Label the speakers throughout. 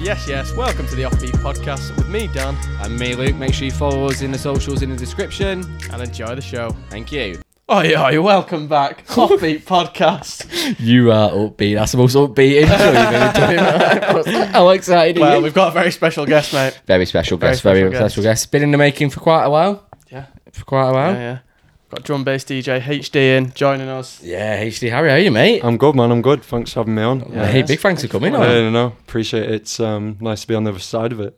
Speaker 1: Yes, yes. Welcome to the Offbeat Podcast with me, Dan,
Speaker 2: And me, Luke. Make sure you follow us in the socials in the description.
Speaker 1: and enjoy the show.
Speaker 2: Thank you.
Speaker 1: Oi, oi, Oh, welcome back. Offbeat Podcast.
Speaker 2: You are upbeat. That's the most upbeat intro you've ever done. How excited
Speaker 1: Well, we've got a very special guest, mate.
Speaker 2: Very special
Speaker 1: Very
Speaker 2: guest. Very
Speaker 1: special
Speaker 2: special,
Speaker 1: guest.
Speaker 2: guest. Been in the making for quite a while.
Speaker 1: Yeah.
Speaker 2: For quite
Speaker 1: Yeah,
Speaker 2: a while. Yeah,
Speaker 1: yeah. Got drum bass DJ HD in joining us.
Speaker 2: HD Harry, how are you, mate?
Speaker 3: I'm good, man. I'm good. Thanks for having me on.
Speaker 1: Yeah.
Speaker 2: hey, big thanks for coming
Speaker 3: I
Speaker 2: on.
Speaker 3: don't know. Appreciate it. It's um, nice to be on the other side of it.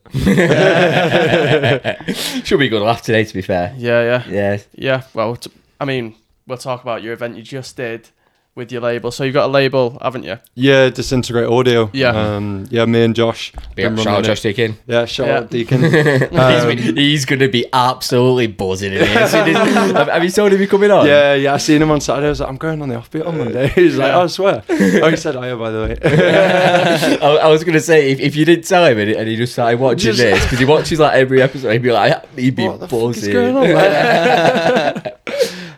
Speaker 2: Should be a good laugh today, to be fair.
Speaker 1: Yeah, yeah.
Speaker 2: Yeah.
Speaker 1: Yeah, well, t- I mean, we'll talk about your event you just did with your label. So you've got a label, haven't you?
Speaker 3: Yeah, Disintegrate Audio.
Speaker 1: Yeah.
Speaker 3: Um, yeah, me and Josh.
Speaker 2: Big up,
Speaker 3: been
Speaker 2: shout out
Speaker 3: running it.
Speaker 2: Josh Deakin.
Speaker 3: Yeah, shout
Speaker 1: Yeah.
Speaker 3: out Deacon. Um,
Speaker 2: he's, he's gonna be absolutely buzzing in here. So he didn't- have, have you told him you're coming on?
Speaker 3: yeah, yeah. I seen him on Saturday. I was like, I'm going on the offbeat on Monday. He's like,
Speaker 1: Yeah.
Speaker 3: oh, I swear. Oh, he said I am, by the way.
Speaker 2: I, I was gonna say if, if you did tell him and, and he just started watching
Speaker 3: Just-
Speaker 2: this because he watches like every episode, he'd be like, "Ah, he'd be
Speaker 3: What the fuck is
Speaker 2: buzzing.
Speaker 3: going on? man?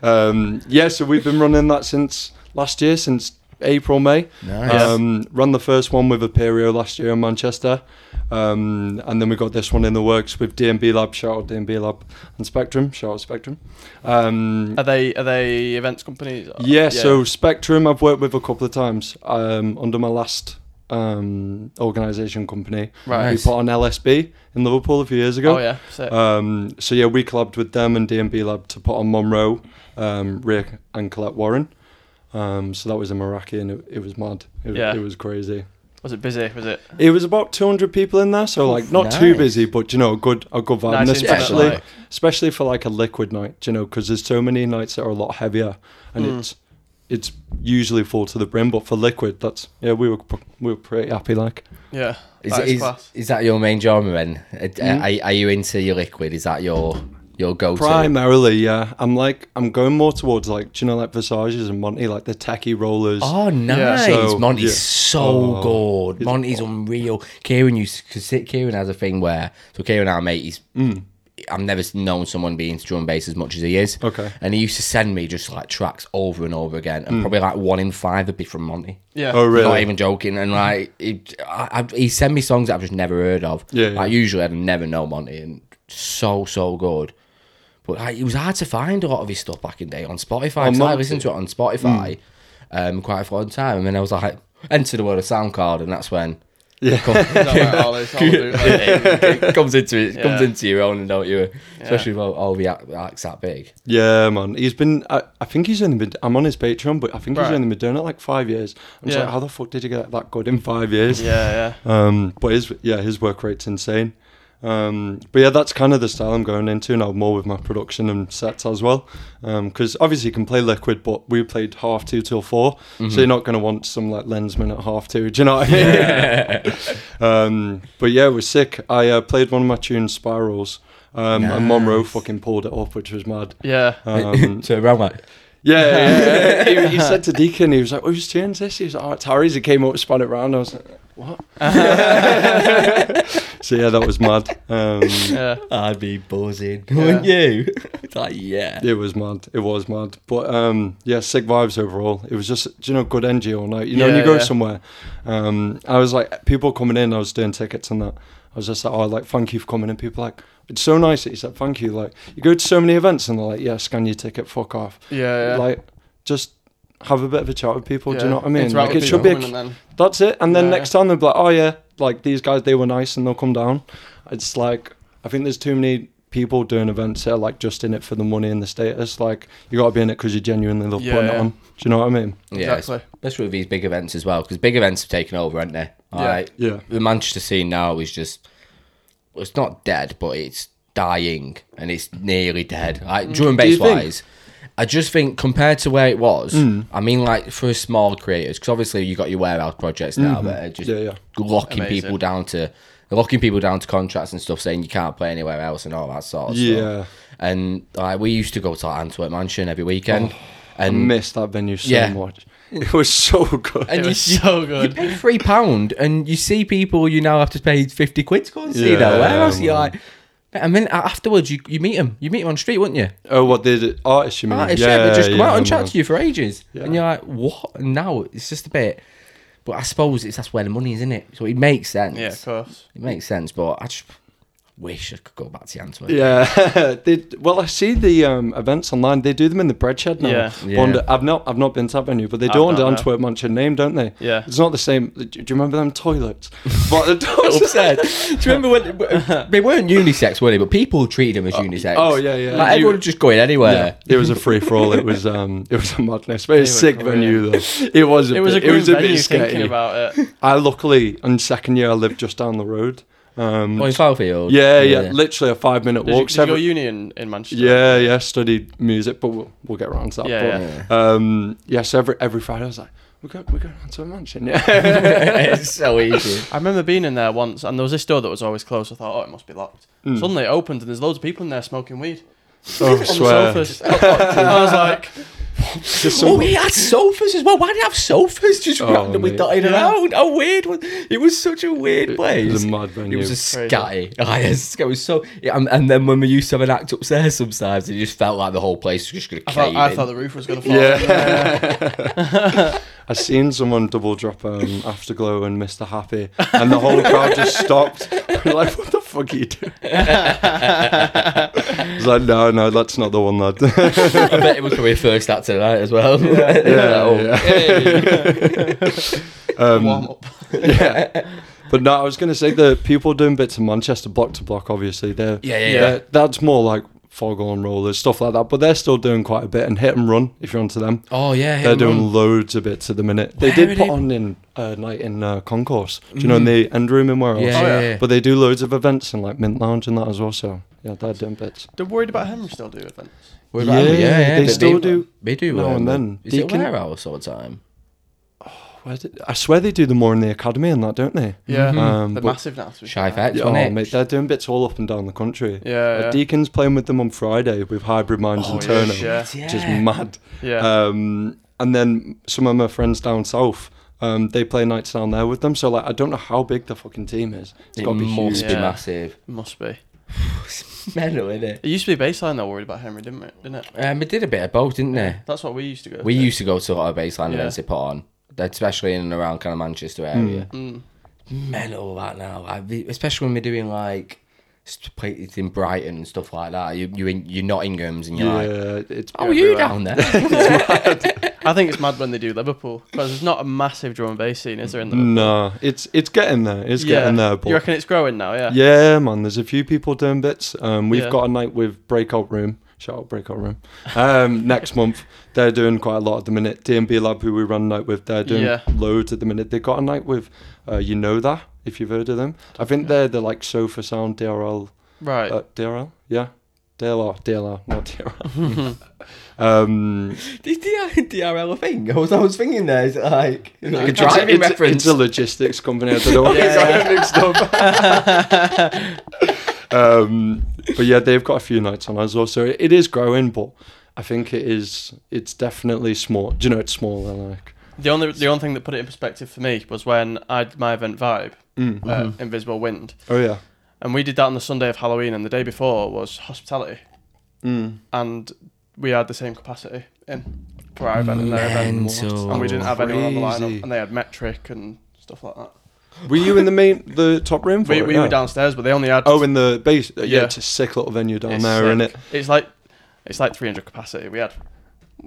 Speaker 3: um, yeah, so we've been running that since last year, since April, May.
Speaker 2: Nice.
Speaker 3: Um, run the first one with Aperio last year in Manchester. Um, and then we got this one in the works with DMB Lab, shout out DMB Lab and Spectrum, shout out Spectrum. Um,
Speaker 1: Are they are they events companies?
Speaker 3: yeah, so Spectrum I've worked with a couple of times um, under my last um, organisation company.
Speaker 1: Right.
Speaker 2: Nice.
Speaker 3: We put on LSB in Liverpool a few years ago.
Speaker 1: Oh yeah. sick.
Speaker 3: Um, so yeah, we collabed with them and DMB Lab to put on Monroe, um, Rick and Colette Warren. Um, so that was in Meraki and it, it was mad. It,
Speaker 1: Yeah.
Speaker 3: it was crazy.
Speaker 1: was it busy? Was it?
Speaker 3: It was about 200 people in there, so like not too
Speaker 2: nice.
Speaker 3: busy, but you know, a good a good vibe,
Speaker 1: Nice
Speaker 3: and
Speaker 1: internet
Speaker 3: especially
Speaker 1: vibe.
Speaker 3: especially for like a liquid night, you know, because there's so many nights that are a lot heavier, and
Speaker 1: Mm.
Speaker 3: it's it's usually full to the brim, but for liquid, that's yeah, we were pr- we were pretty happy, like
Speaker 1: Yeah.
Speaker 2: Is,
Speaker 1: that is
Speaker 2: is,
Speaker 1: class.
Speaker 2: is that your main genre then? Uh,
Speaker 3: Mm.
Speaker 2: Are, are you into your liquid? Is that your your go to?
Speaker 3: primarily, yeah. I'm like I'm going more towards like do you know like Versages and Monty, like the techie rollers.
Speaker 2: Oh, nice.
Speaker 3: So,
Speaker 2: Monty's
Speaker 3: yeah.
Speaker 2: so
Speaker 3: Oh,
Speaker 2: good.
Speaker 3: he's-
Speaker 2: Monty's unreal. Kieran used because Kieran has a thing where so Kieran, our mate, he's.
Speaker 3: Mm.
Speaker 2: I've never s- known someone be into drum and bass as much as he is.
Speaker 3: Okay. Mm.
Speaker 2: And he used to send me just like tracks over and over again, and probably like one in five would be from Monty.
Speaker 1: Yeah.
Speaker 3: Oh really?
Speaker 2: Not even joking. And like, he, I, I, he sent me songs that I've just never heard of.
Speaker 3: Yeah,
Speaker 2: Like,
Speaker 3: yeah.
Speaker 2: usually I'd never know Monty, and so, so good. But like, it was hard to find a lot of his stuff back in the day on Spotify.
Speaker 3: On
Speaker 2: 'cause I
Speaker 3: Monty?
Speaker 2: listened to it on Spotify um, quite a lot of time. And then I was like, enter the world of SoundCloud, and that's when.
Speaker 3: Yeah.
Speaker 1: Is that where all this- all the- like-
Speaker 2: it comes into it comes
Speaker 1: Yeah.
Speaker 2: into your own, don't you? Especially with all, all the act- acts that big.
Speaker 3: Yeah, man. He's been. I, I think he's only been. I'm on his Patreon, but I think
Speaker 1: Right.
Speaker 3: he's only been doing it like five years. I'm just
Speaker 1: Yeah.
Speaker 3: like, how the fuck did you get that good in five years?
Speaker 1: Yeah,
Speaker 3: Um, but his yeah, his work rate's insane. Um, but yeah, that's kind of the style I'm going into now, more with my production and sets as well. Because obviously you can play liquid, but we played half two till 4 so you're not going to want some like lensman at half two. Do you know what I mean? um, but yeah, it was sick. I uh, played one of my tunes, Spirals, um, and Monroe fucking pulled it off, which was mad.
Speaker 1: yeah, yeah.
Speaker 3: Um,
Speaker 2: so around like,
Speaker 3: yeah, yeah, yeah. He, he said to Deacon, he was like, "Who's tunes this?" He was like, "Oh, it's Harry's." He came up, spun it round. I was like, "What?" so yeah, that was mad. Um,
Speaker 1: Yeah.
Speaker 2: I'd be buzzing, wouldn't you? it's like, yeah.
Speaker 3: it was mad. It was mad. But um, yeah, sick vibes overall. It was just do you know good energy all night. You know, when
Speaker 1: Yeah,
Speaker 3: you go
Speaker 1: yeah.
Speaker 3: somewhere, um, I was like, people coming in. I was doing tickets and that. I was just like, "Oh, like thank you for coming in." People like. It's so nice that you said thank you. Like you go to so many events and they're like, "Yeah, scan your ticket, fuck off."
Speaker 1: Yeah, yeah.
Speaker 3: like just have a bit of a chat with people. Do you know what I mean?
Speaker 1: Interact
Speaker 3: Like
Speaker 1: with
Speaker 3: it should be.
Speaker 1: people
Speaker 3: A,
Speaker 1: and then-
Speaker 3: that's it. And then
Speaker 1: Yeah.
Speaker 3: next time they'll be like, oh yeah, like these guys they were nice and they'll come down. It's like I think there's too many people doing events that are like just in it for the money and the status. Like you gotta be in it because you genuinely love
Speaker 1: Yeah,
Speaker 3: putting
Speaker 1: yeah.
Speaker 3: it on. Do you know what I mean?
Speaker 2: Yeah,
Speaker 1: Exactly.
Speaker 2: especially with these big events as well, because big events have taken over, haven't they? All
Speaker 1: Yeah.
Speaker 2: right.
Speaker 3: Yeah.
Speaker 2: The Manchester scene now is just, well, it's not dead, but it's dying, and it's nearly dead. Like drum and
Speaker 3: Mm. Do
Speaker 2: bass
Speaker 3: you think? Mm.
Speaker 2: wise, I just think compared to where it was, I mean, like for small creators, because obviously you got your warehouse projects now that are just
Speaker 3: Mm-hmm. Yeah, yeah.
Speaker 2: locking
Speaker 1: Amazing.
Speaker 2: people down to they're locking people down to contracts and stuff, saying you can't play anywhere else and all that sort of
Speaker 3: Yeah.
Speaker 2: stuff. And like we used to go to like, Antwerp Mansion every weekend,
Speaker 3: Oh. I
Speaker 2: and
Speaker 3: missed that venue so
Speaker 2: Yeah.
Speaker 3: much. It was so good.
Speaker 2: and
Speaker 1: It
Speaker 2: you,
Speaker 1: was
Speaker 2: you-
Speaker 1: so
Speaker 2: you
Speaker 1: good.
Speaker 2: pay three pound and you see people you now have to pay fifty quid to go and see
Speaker 3: Yeah,
Speaker 2: that. Where else you
Speaker 3: man.
Speaker 2: like? And then afterwards, you, you meet them. You meet them on the street, wouldn't you?
Speaker 3: oh, what did it? Artists, you mean?
Speaker 2: Right, yeah, they just come out and chat
Speaker 3: man.
Speaker 2: to you for ages,
Speaker 3: Yeah.
Speaker 2: and you're like, "What?" And now it's just a bit. But I suppose it's that's where the money is, isn't it? So it makes sense.
Speaker 1: Yeah, of course.
Speaker 2: It makes sense, but I just wish I could go back to Antwerp.
Speaker 3: Yeah, they, well, I see the um, events online. They do them in the bread shed now.
Speaker 1: Yeah.
Speaker 2: Yeah.
Speaker 3: Under- I've not, I've not been to that venue, but they
Speaker 1: I've
Speaker 3: do under
Speaker 1: not, no.
Speaker 3: Antwerp Mansion name, don't they?
Speaker 1: Yeah.
Speaker 3: It's not the same. Do do you remember them toilets? but the doors.
Speaker 2: Upset. Do you remember when they weren't unisex, were they? But people treated them as unisex.
Speaker 3: oh, yeah, yeah.
Speaker 2: Like
Speaker 3: You-
Speaker 2: everyone was just going
Speaker 3: Yeah,
Speaker 2: anywhere.
Speaker 3: it was a free for all. It was um, it was a madness, but it's a
Speaker 1: They were
Speaker 3: sick venue though. It was a
Speaker 1: It was a
Speaker 3: bit,
Speaker 1: grim
Speaker 3: it was a
Speaker 1: venue
Speaker 3: bit
Speaker 1: thinking
Speaker 3: sketchy.
Speaker 1: about it.
Speaker 3: I luckily in second year I lived just down the road. Um,
Speaker 2: Oh, in Southfield.
Speaker 3: yeah, yeah, literally a five minute
Speaker 1: Did you,
Speaker 3: walk.
Speaker 1: did you go
Speaker 3: Seven-
Speaker 1: union in Manchester?
Speaker 3: yeah, yeah, studied music, but we'll, we'll get around to that.
Speaker 1: Yeah,
Speaker 3: but,
Speaker 1: yeah.
Speaker 3: Um, yeah, so every, every Friday I was like, we're going, we're going on to a mansion. Yeah.
Speaker 2: it's so easy.
Speaker 1: I remember being in there once, and there was this door that was always closed. I thought, oh, it must be locked. Suddenly, it opened, and there's loads of people in there smoking weed
Speaker 3: Hmm. oh, I
Speaker 1: on
Speaker 3: swear.
Speaker 1: the sofas. I was like,
Speaker 3: Just some-
Speaker 2: Oh, he had sofas as well. Why did he have sofas just
Speaker 3: Oh,
Speaker 2: randomly
Speaker 3: mate.
Speaker 2: dotted
Speaker 1: Yeah.
Speaker 2: around? A weird one. It was such a weird place.
Speaker 3: It was a mad venue.
Speaker 2: It was a
Speaker 1: Crazy.
Speaker 2: scatty. Oh, yes, it was so. yeah, and, and then when we used to have an act upstairs, sometimes it just felt like the whole place was just going to
Speaker 1: I
Speaker 2: cave
Speaker 1: thought, I
Speaker 2: in.
Speaker 1: thought the roof was gonna fall.
Speaker 3: yeah. I seen someone double drop um, Afterglow and Mr. Happy, and the whole crowd just stopped. We're like, what the fuck are you doing? I was like, no, no, that's not the one, lad.
Speaker 2: I bet it was probably a first act tonight as well. Yeah,
Speaker 3: yeah. Um,
Speaker 1: Warm up.
Speaker 3: yeah. But no, I was going to say the people doing bits in Manchester, block to block, obviously. They're,
Speaker 2: Yeah, yeah, yeah.
Speaker 3: they're- That's more like foghorn rollers, stuff like that. But they're still doing quite a bit and hit and run if you're onto them.
Speaker 2: Oh yeah, hit
Speaker 3: They're
Speaker 2: and run.
Speaker 3: doing loads of bits at the minute.
Speaker 2: Where
Speaker 3: they
Speaker 2: are
Speaker 3: did put
Speaker 2: they-
Speaker 3: on in uh, night in uh, concourse. Do you know in the end room in Wales?
Speaker 2: Mm. Yeah,
Speaker 1: Oh, yeah.
Speaker 2: yeah.
Speaker 3: But they do loads of events in like Mint Lounge and that as well. So yeah, they're doing bits.
Speaker 1: They're worried about Henry still do events.
Speaker 2: What
Speaker 3: Yeah,
Speaker 2: about them?
Speaker 3: they still do
Speaker 2: They do um,
Speaker 3: now and then.
Speaker 2: Is it a
Speaker 3: Deacon-
Speaker 2: warehouse all the time?
Speaker 3: Where did, I swear they do them more in the academy and that, don't they?
Speaker 1: Yeah,
Speaker 3: Um,
Speaker 1: Mm-hmm. they're
Speaker 3: but-
Speaker 1: massive now. to be
Speaker 2: Shy
Speaker 1: fair.
Speaker 2: facts,
Speaker 3: Yeah,
Speaker 2: wasn't
Speaker 3: oh,
Speaker 2: it?
Speaker 3: mate, they're doing bits all up and down the country.
Speaker 1: Yeah,
Speaker 3: Uh,
Speaker 1: yeah.
Speaker 3: Deacon's playing with them on Friday with Hybrid Minds
Speaker 1: Oh,
Speaker 3: and
Speaker 1: yeah,
Speaker 3: Turner,
Speaker 1: yeah.
Speaker 3: which is
Speaker 2: Yeah.
Speaker 3: mad.
Speaker 1: Yeah.
Speaker 3: Um, and then some of my friends down south, um, they play nights down there with them. So like, I don't know how big the fucking team is. It's
Speaker 2: It
Speaker 3: got to be
Speaker 2: must
Speaker 3: huge.
Speaker 2: be
Speaker 1: Yeah.
Speaker 2: massive.
Speaker 1: Must be.
Speaker 2: It's mental, isn't it?
Speaker 1: It used to be baseline they were worried about Henry, didn't it? Didn't it?
Speaker 2: Um, it did a bit of both, didn't they?
Speaker 1: That's what we used to go.
Speaker 2: We
Speaker 1: to.
Speaker 2: used to go to a lot of baseline
Speaker 1: Yeah.
Speaker 2: events they put on, especially in and around kind of Manchester area.
Speaker 3: Hmm.
Speaker 1: Mm.
Speaker 2: Mental that now, like, the- especially when we're doing like st- places in Brighton and stuff like that. You you in, you're Nottingham's and you're like,
Speaker 3: Yeah, it's
Speaker 2: oh,
Speaker 1: everywhere.
Speaker 2: you down there?
Speaker 1: I think it's mad when they do Liverpool because there's not a massive drum and bass scene, is there? In Liverpool?
Speaker 3: no, it's it's getting there. Mm, It's getting there, but
Speaker 1: uh, you reckon it's growing now? Yeah.
Speaker 3: yeah, man, there's a few people doing bits. Um, we've
Speaker 1: Yeah.
Speaker 3: got a night with Breakout Room. Shout out Breakout Room. Um, next month, they're doing quite a lot at the minute. DMB Lab, who we run a night with, they're doing
Speaker 1: Yeah.
Speaker 3: loads at the minute. They got a night with, uh, you know that if you've heard of them. I think they're the like Sofa Sound DRL
Speaker 1: Right.
Speaker 3: uh, DRL, yeah, DLR, DLR, not DRL. um,
Speaker 2: Is DRL a thing? I was, I was thinking there, is it like, is it like a
Speaker 3: it's a-
Speaker 2: driving
Speaker 3: it's, a-
Speaker 2: reference?
Speaker 3: It's a logistics company. I don't know. yeah, mixed up. um, but yeah, they've got a few nights on as well. So it, it is growing, but I think it is. It's definitely small. Do you know it's smaller? Like
Speaker 1: The only the only thing that put it in perspective for me was when I did my event vibe,
Speaker 3: Mm.
Speaker 1: uh, Invisible Wind,
Speaker 3: oh yeah,
Speaker 1: and we did that on the Sunday of Halloween, and the day before was hospitality,
Speaker 3: mm.
Speaker 1: and we had the same capacity in for our event and their event,
Speaker 2: Mental.
Speaker 1: and we didn't have anyone on the
Speaker 3: Crazy.
Speaker 1: lineup, and they had metric and stuff like that.
Speaker 3: were you in the main the top room? For
Speaker 1: We,
Speaker 3: it?
Speaker 1: we
Speaker 3: yeah.
Speaker 1: were downstairs, but they only had
Speaker 3: Oh, in the base. Yeah,
Speaker 1: Yeah.
Speaker 3: it's a sick little venue down
Speaker 1: It's
Speaker 3: there,
Speaker 1: sick.
Speaker 3: isn't it?
Speaker 1: It's like it's like 300 capacity. We had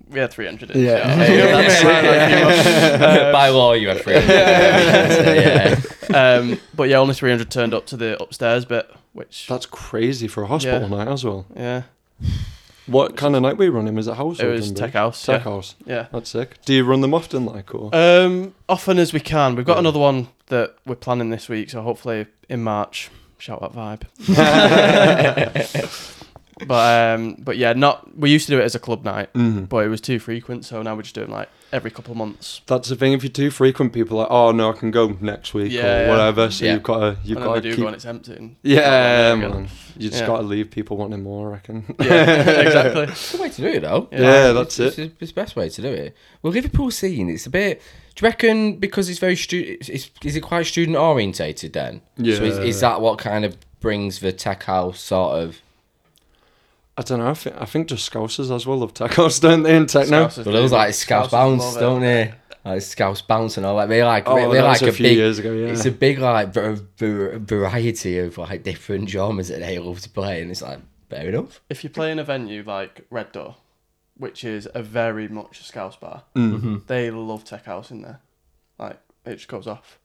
Speaker 1: we had 300. in,
Speaker 3: Yeah.
Speaker 1: so-
Speaker 2: Yeah.
Speaker 1: That's right, like, you know.
Speaker 2: By law, you have free. yeah.
Speaker 1: um, but yeah, only 300 turned up to the upstairs bit, which
Speaker 3: That's crazy for a hospital
Speaker 1: Yeah.
Speaker 3: night as well.
Speaker 1: yeah,
Speaker 3: What kind of night were you running? Was it house?
Speaker 1: it
Speaker 3: or
Speaker 1: was
Speaker 3: Dunbar?
Speaker 1: tech house.
Speaker 3: Tech
Speaker 1: yeah.
Speaker 3: house.
Speaker 1: yeah.
Speaker 3: That's sick. Do you run them often, like or?
Speaker 1: Um, often as we can. We've got
Speaker 3: Yeah.
Speaker 1: another one that we're planning this week, so hopefully in March. Shout out vibe. but um, but yeah, not. We used to do it as a club night,
Speaker 3: Mhm.
Speaker 1: but it was too frequent. So now we're just doing like every couple of months.
Speaker 3: That's the thing. If you're too frequent, people are like, "Oh no, I can go next week
Speaker 1: Yeah,
Speaker 3: or
Speaker 1: yeah.
Speaker 3: whatever." So
Speaker 2: Yeah.
Speaker 3: you've got to, you've
Speaker 1: and then
Speaker 3: got
Speaker 1: we
Speaker 3: to
Speaker 1: do
Speaker 3: keep.
Speaker 1: go and it's empty. And
Speaker 3: yeah, um,
Speaker 1: Yeah.
Speaker 3: man. You just
Speaker 1: Yeah.
Speaker 3: got to leave people wanting more. I reckon.
Speaker 1: yeah, exactly.
Speaker 2: It's the way to do it, though.
Speaker 1: Yeah.
Speaker 3: Yeah,
Speaker 2: Like,
Speaker 3: that's
Speaker 2: it's,
Speaker 3: it.
Speaker 2: It's, it's the best way to do it. Well, Liverpool scene, it's a bit. Do you reckon because it's very student? Is, is it quite student orientated then? So is,
Speaker 3: Yeah.
Speaker 2: is that what kind of brings the tech house sort of?
Speaker 3: I don't know. I think I think just scousers as well love tacos, don't they? In techno,
Speaker 1: Scousers
Speaker 2: Well, those
Speaker 1: do.
Speaker 2: like scouse
Speaker 1: Scousers
Speaker 2: bounce,
Speaker 1: love it.
Speaker 2: don't they? like Scouse Bounce and all that. They like
Speaker 3: Oh,
Speaker 2: they
Speaker 3: that
Speaker 2: like
Speaker 3: was
Speaker 2: a,
Speaker 3: a few
Speaker 2: big.
Speaker 3: years ago, yeah.
Speaker 2: It's a big like var- var- variety of like different genres that they love to play, and it's like fair enough.
Speaker 1: If you play in a venue like Red Door, which is a very much a scouse bar, they love tech house in there. Like it just goes off.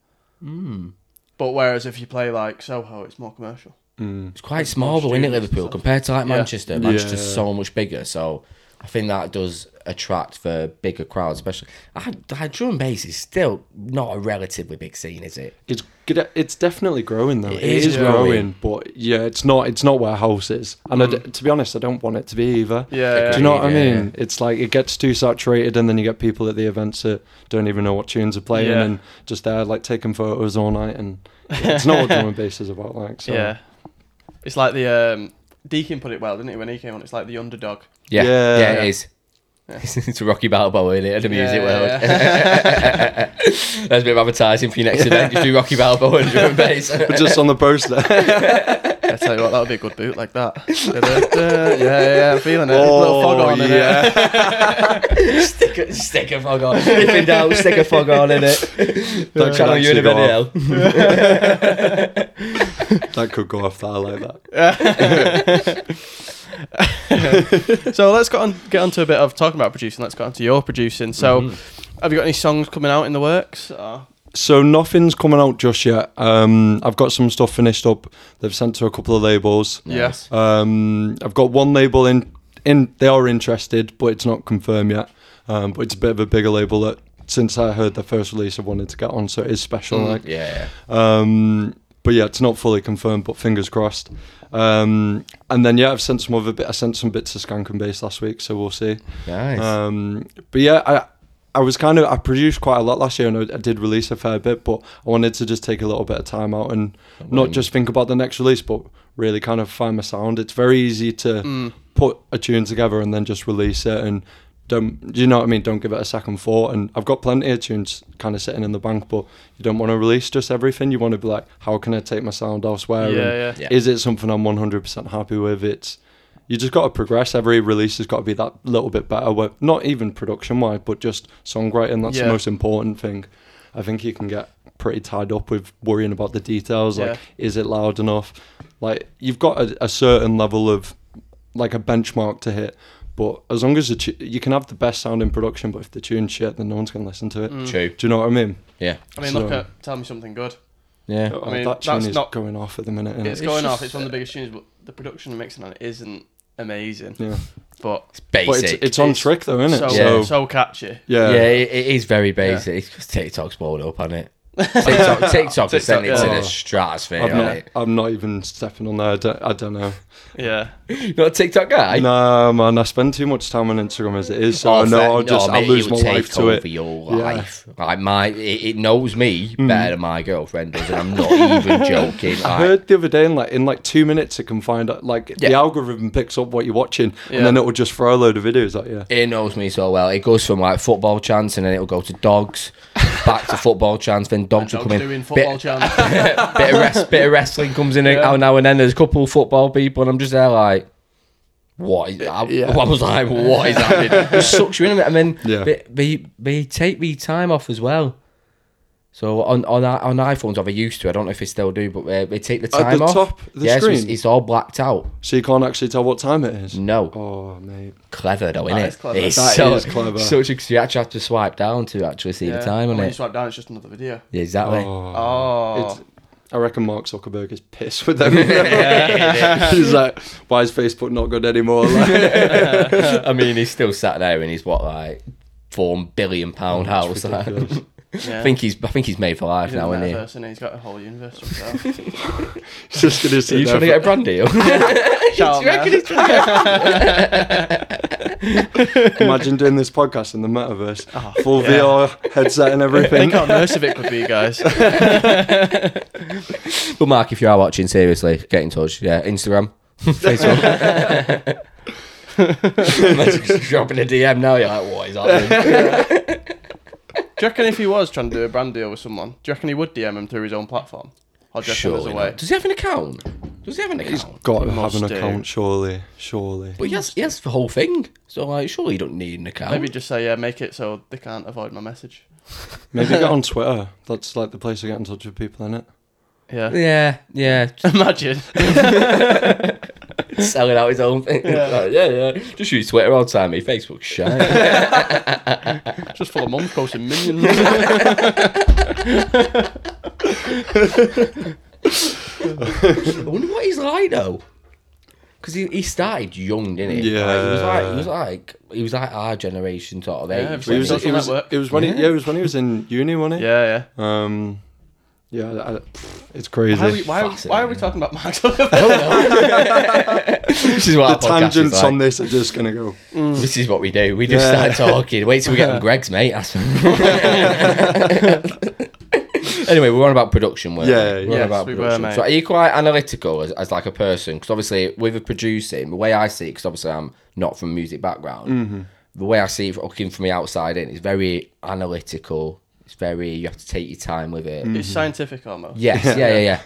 Speaker 1: Mm. But whereas if you play like Soho, it's more commercial.
Speaker 2: It's quite small though, isn't
Speaker 1: students
Speaker 2: it,
Speaker 1: and
Speaker 2: Liverpool
Speaker 1: stuff.
Speaker 2: compared to like
Speaker 1: Yeah.
Speaker 2: Manchester. Manchester's
Speaker 3: Yeah.
Speaker 2: so much bigger, so I think that does attract for bigger crowds, especially. I, I drum and bass is still not a relatively big scene, is it?
Speaker 3: It's good- it's definitely growing though.
Speaker 2: It
Speaker 3: it
Speaker 2: is
Speaker 3: is,
Speaker 2: growing.
Speaker 3: growing. but yeah, it's not it's not where house is. And I d- to be honest, I don't want it to be either.
Speaker 1: Mm. Yeah,
Speaker 3: Do you know what I
Speaker 2: yeah,
Speaker 3: mean? It's like it gets too saturated, and then you get people at the events that don't even know what tunes are playing,
Speaker 1: Yeah.
Speaker 3: and just there like taking photos all night, and it's not what drum and bass is about. Like, so.
Speaker 1: Yeah. It's like the um, Deacon put it well, didn't he? When he came on, it's like the underdog.
Speaker 2: Yeah, yeah,
Speaker 3: Yeah.
Speaker 2: it is. it's a Rocky Balboa in it, the music
Speaker 1: Yeah,
Speaker 2: world.
Speaker 1: yeah,
Speaker 2: That's a bit of advertising for your next event. Just do Rocky Balboa and drum and bass.
Speaker 3: But just on the poster.
Speaker 1: I tell you what, that would be a good boot like that. Da-da-da. yeah, yeah, I'm feeling it. Little fog on in it.
Speaker 2: stick, a, stick a fog on. If in doubt, stick a fog on in it. Don't channel you in a
Speaker 3: actually go
Speaker 2: video.
Speaker 3: that could go off that. I like that.
Speaker 1: so let's get on get onto a bit of talking about producing. Let's get onto your producing. So,
Speaker 2: Mm-hmm.
Speaker 1: have you got any songs coming out in the works? Or-
Speaker 3: So nothing's coming out just yet. Um, I've got some stuff finished up. They've sent to a couple of labels.
Speaker 1: Yeah.
Speaker 3: Um, I've got one label in. In they are interested, but it's not confirmed yet. Um, but it's a bit of a bigger label that since I heard the first release, I wanted to get on, so it is special. like.
Speaker 2: Yeah.
Speaker 3: Um, but yeah, it's not fully confirmed, but fingers crossed. Um, and then yeah, I've sent some other bit. I sent some bits to Skank and Bass last week, so we'll see.
Speaker 2: Nice.
Speaker 3: Um, but yeah, I I was kind of I produced quite a lot last year, and I, I did release a fair bit, but I wanted to just take a little bit of time out and not just think about the next release, but really kind of find my sound. It's very easy to
Speaker 1: Hmm.
Speaker 3: put a tune together and then just release it and. Don't do you know what I mean? Don't give it a second thought. And I've got plenty of tunes kind of sitting in the bank, but you don't want to release just everything. You want to be like, how can I take my sound elsewhere?
Speaker 1: Yeah, yeah.
Speaker 3: and
Speaker 2: Yeah.
Speaker 3: is it something I'm 100% happy with? It's you just got to progress. Every release has got to be that little bit better. Where, not even production wise, but just songwriting. That's
Speaker 1: Yeah.
Speaker 3: the most important thing. I think you can get pretty tied up with worrying about the details. Like,
Speaker 1: Yeah.
Speaker 3: is it loud enough? Like, you've got a, a certain level of like a benchmark to hit. But as long as the tu- you can have the best sound in production, but if the tune's shit, then no one's gonna listen to it.
Speaker 1: Mm.
Speaker 2: True.
Speaker 3: Do you know what I mean?
Speaker 2: Yeah.
Speaker 1: I mean,
Speaker 3: So-
Speaker 1: look at Tell Me Something Good.
Speaker 2: Yeah.
Speaker 3: Oh,
Speaker 1: I mean,
Speaker 3: that
Speaker 1: that's
Speaker 3: tune is
Speaker 1: not-
Speaker 3: going off at the minute.
Speaker 1: It's
Speaker 3: Isn't it?
Speaker 1: going
Speaker 2: just- uh,
Speaker 1: off. It's one of the biggest tunes, but the production and mixing on it isn't amazing.
Speaker 3: Yeah,
Speaker 1: But
Speaker 3: but
Speaker 2: Basic.
Speaker 3: it's, it's on
Speaker 1: It's
Speaker 3: trick though, isn't
Speaker 1: so
Speaker 3: it?
Speaker 2: Yeah.
Speaker 1: so catchy.
Speaker 2: yeah, it, it is very basic. It's 'cause TikTok's blown up on it. TikTok, TikTok has sent it to
Speaker 3: yeah.
Speaker 2: the stratosphere.
Speaker 3: I'm
Speaker 2: hasn't
Speaker 3: not,
Speaker 2: it?
Speaker 3: I'm not even stepping on there. I don't, I don't know.
Speaker 1: Yeah.
Speaker 2: You're not a TikTok guy.
Speaker 3: nah, man, I spend too much time on Instagram as it is. So
Speaker 2: Oh,
Speaker 3: I know
Speaker 2: fair-
Speaker 3: I'll just
Speaker 2: no,
Speaker 3: I'll
Speaker 2: mate,
Speaker 3: lose
Speaker 2: it
Speaker 3: my
Speaker 2: would
Speaker 3: life
Speaker 2: take
Speaker 3: to
Speaker 2: over
Speaker 3: it.
Speaker 2: Your
Speaker 3: Yeah. Hmm.
Speaker 2: life. Like my, it, it knows me better than my girlfriend does, and I'm not even joking.
Speaker 3: I
Speaker 2: like-
Speaker 3: heard the other day in like in like two minutes it can find out like the
Speaker 2: Yeah.
Speaker 3: algorithm picks up what you're watching
Speaker 1: Yeah.
Speaker 3: and then it will just throw a load of videos at you.
Speaker 2: It knows me so well. It goes from like football chants and then it'll go to dogs, back to football chants, then dogs will
Speaker 1: Dogs
Speaker 2: come in.
Speaker 1: doing football
Speaker 2: bit,
Speaker 1: chant.
Speaker 2: bit, of res- bit of wrestling comes in now and now and then. There's a couple of football people and I'm just there like, what? Is, I,
Speaker 3: Yeah.
Speaker 2: I was like, what is happening? it sucks you in a bit. And then
Speaker 3: Yeah.
Speaker 2: they, they, they take me time off as well. So on on i- on iPhones, or they used to. I don't know if they still do, but uh, they take the
Speaker 3: the
Speaker 2: time off.
Speaker 3: top of the
Speaker 2: yeah, so it's,
Speaker 3: screen?
Speaker 2: it's all blacked out.
Speaker 3: So you can't actually tell what time it is.
Speaker 2: No,
Speaker 3: Oh mate.
Speaker 2: clever though,
Speaker 1: That
Speaker 2: isn't
Speaker 1: is
Speaker 2: it?
Speaker 1: clever.
Speaker 2: It's
Speaker 3: That
Speaker 2: so
Speaker 3: is clever.
Speaker 2: Such a, 'cause you actually have to swipe down to actually see
Speaker 1: yeah.
Speaker 2: the
Speaker 1: And
Speaker 2: time on
Speaker 1: when you
Speaker 2: it.
Speaker 1: swipe down, it's just another video.
Speaker 2: Yeah, exactly.
Speaker 1: Oh.
Speaker 3: It's, I reckon Mark Zuckerberg is pissed with them. He's like, why is Facebook not good anymore? Like,
Speaker 2: I mean, he's still sat there in his what like four billion pound
Speaker 1: Oh,
Speaker 2: house. like.
Speaker 3: ridiculous.
Speaker 1: yeah.
Speaker 2: I think he's I think he's made for life
Speaker 1: he's
Speaker 2: now,
Speaker 1: in the
Speaker 2: isn't he?
Speaker 1: metaverse, and he's got a whole universe to himself.
Speaker 3: He's just gonna sit
Speaker 2: Are you
Speaker 3: there
Speaker 2: trying to
Speaker 3: for-
Speaker 2: get a brand deal? Do
Speaker 1: Shout out,
Speaker 2: you reckon
Speaker 1: man.
Speaker 2: he's trying to get
Speaker 3: Imagine doing this podcast in the metaverse, full VR headset and everything.
Speaker 1: Think how immersive it could be, guys.
Speaker 2: But Mark, if you are watching, seriously, get in touch. Yeah, Instagram. Facebook. Imagine just dropping a DM now, you're like, what is happening?
Speaker 1: Do you reckon if he was trying to do a brand deal with someone, do you reckon he would DM him through his own platform? Or do you reckon there's
Speaker 2: Surely
Speaker 1: a
Speaker 2: not.
Speaker 1: way?
Speaker 2: Does he have an account? Does he have an account?
Speaker 3: Got to have
Speaker 1: Must
Speaker 3: an
Speaker 1: do.
Speaker 3: account, surely, surely.
Speaker 2: But yes, yes, the whole thing. So like, surely you don't need an account.
Speaker 1: Maybe just say, yeah, make it so they can't avoid my message.
Speaker 3: Maybe get on Twitter. That's like the place to get in touch with people, in it?
Speaker 1: Yeah.
Speaker 2: Yeah, yeah.
Speaker 1: Imagine.
Speaker 2: Selling out his own thing.
Speaker 1: Yeah.
Speaker 2: Like, yeah, yeah. Just use Twitter all the time, mate. Facebook, shit.
Speaker 1: Just for a month posting minions.
Speaker 2: I wonder what he's like though. Because he, he started young, didn't he?
Speaker 3: Yeah.
Speaker 2: Like, he was like he was like he was like our generation sort of
Speaker 1: Yeah,
Speaker 2: age.
Speaker 1: he
Speaker 3: It was,
Speaker 2: wasn't
Speaker 1: Social
Speaker 3: it was,
Speaker 1: network.
Speaker 3: it was when he, yeah, it was when he was in uni, wasn't it?
Speaker 1: yeah,
Speaker 3: Yeah. Um, yeah, I, I- it's
Speaker 1: yeah.
Speaker 3: crazy.
Speaker 1: Why are, we, why, are- why are we talking about Max Oliver?
Speaker 2: he? This is what
Speaker 3: the
Speaker 2: our podcast is
Speaker 3: tangents
Speaker 2: like.
Speaker 3: on this are just gonna go.
Speaker 1: Mm.
Speaker 2: This is what we do. We just
Speaker 3: Yeah.
Speaker 2: start talking. Wait till we get on Greg's, mate. That's anyway, we're on about production work.
Speaker 3: Yeah,
Speaker 2: we're
Speaker 1: yes,
Speaker 2: on about
Speaker 1: we were,
Speaker 2: production.
Speaker 1: mate.
Speaker 2: so, are you quite analytical as, as like a person? Because obviously, with a producing, the way I see it, because obviously I'm not from music background,
Speaker 1: Mm-hmm.
Speaker 2: the way I see it, looking from the outside in, it's very analytical. It's very you have to take your time with it.
Speaker 1: it's scientific almost.
Speaker 2: Yes, yeah, yeah, yeah.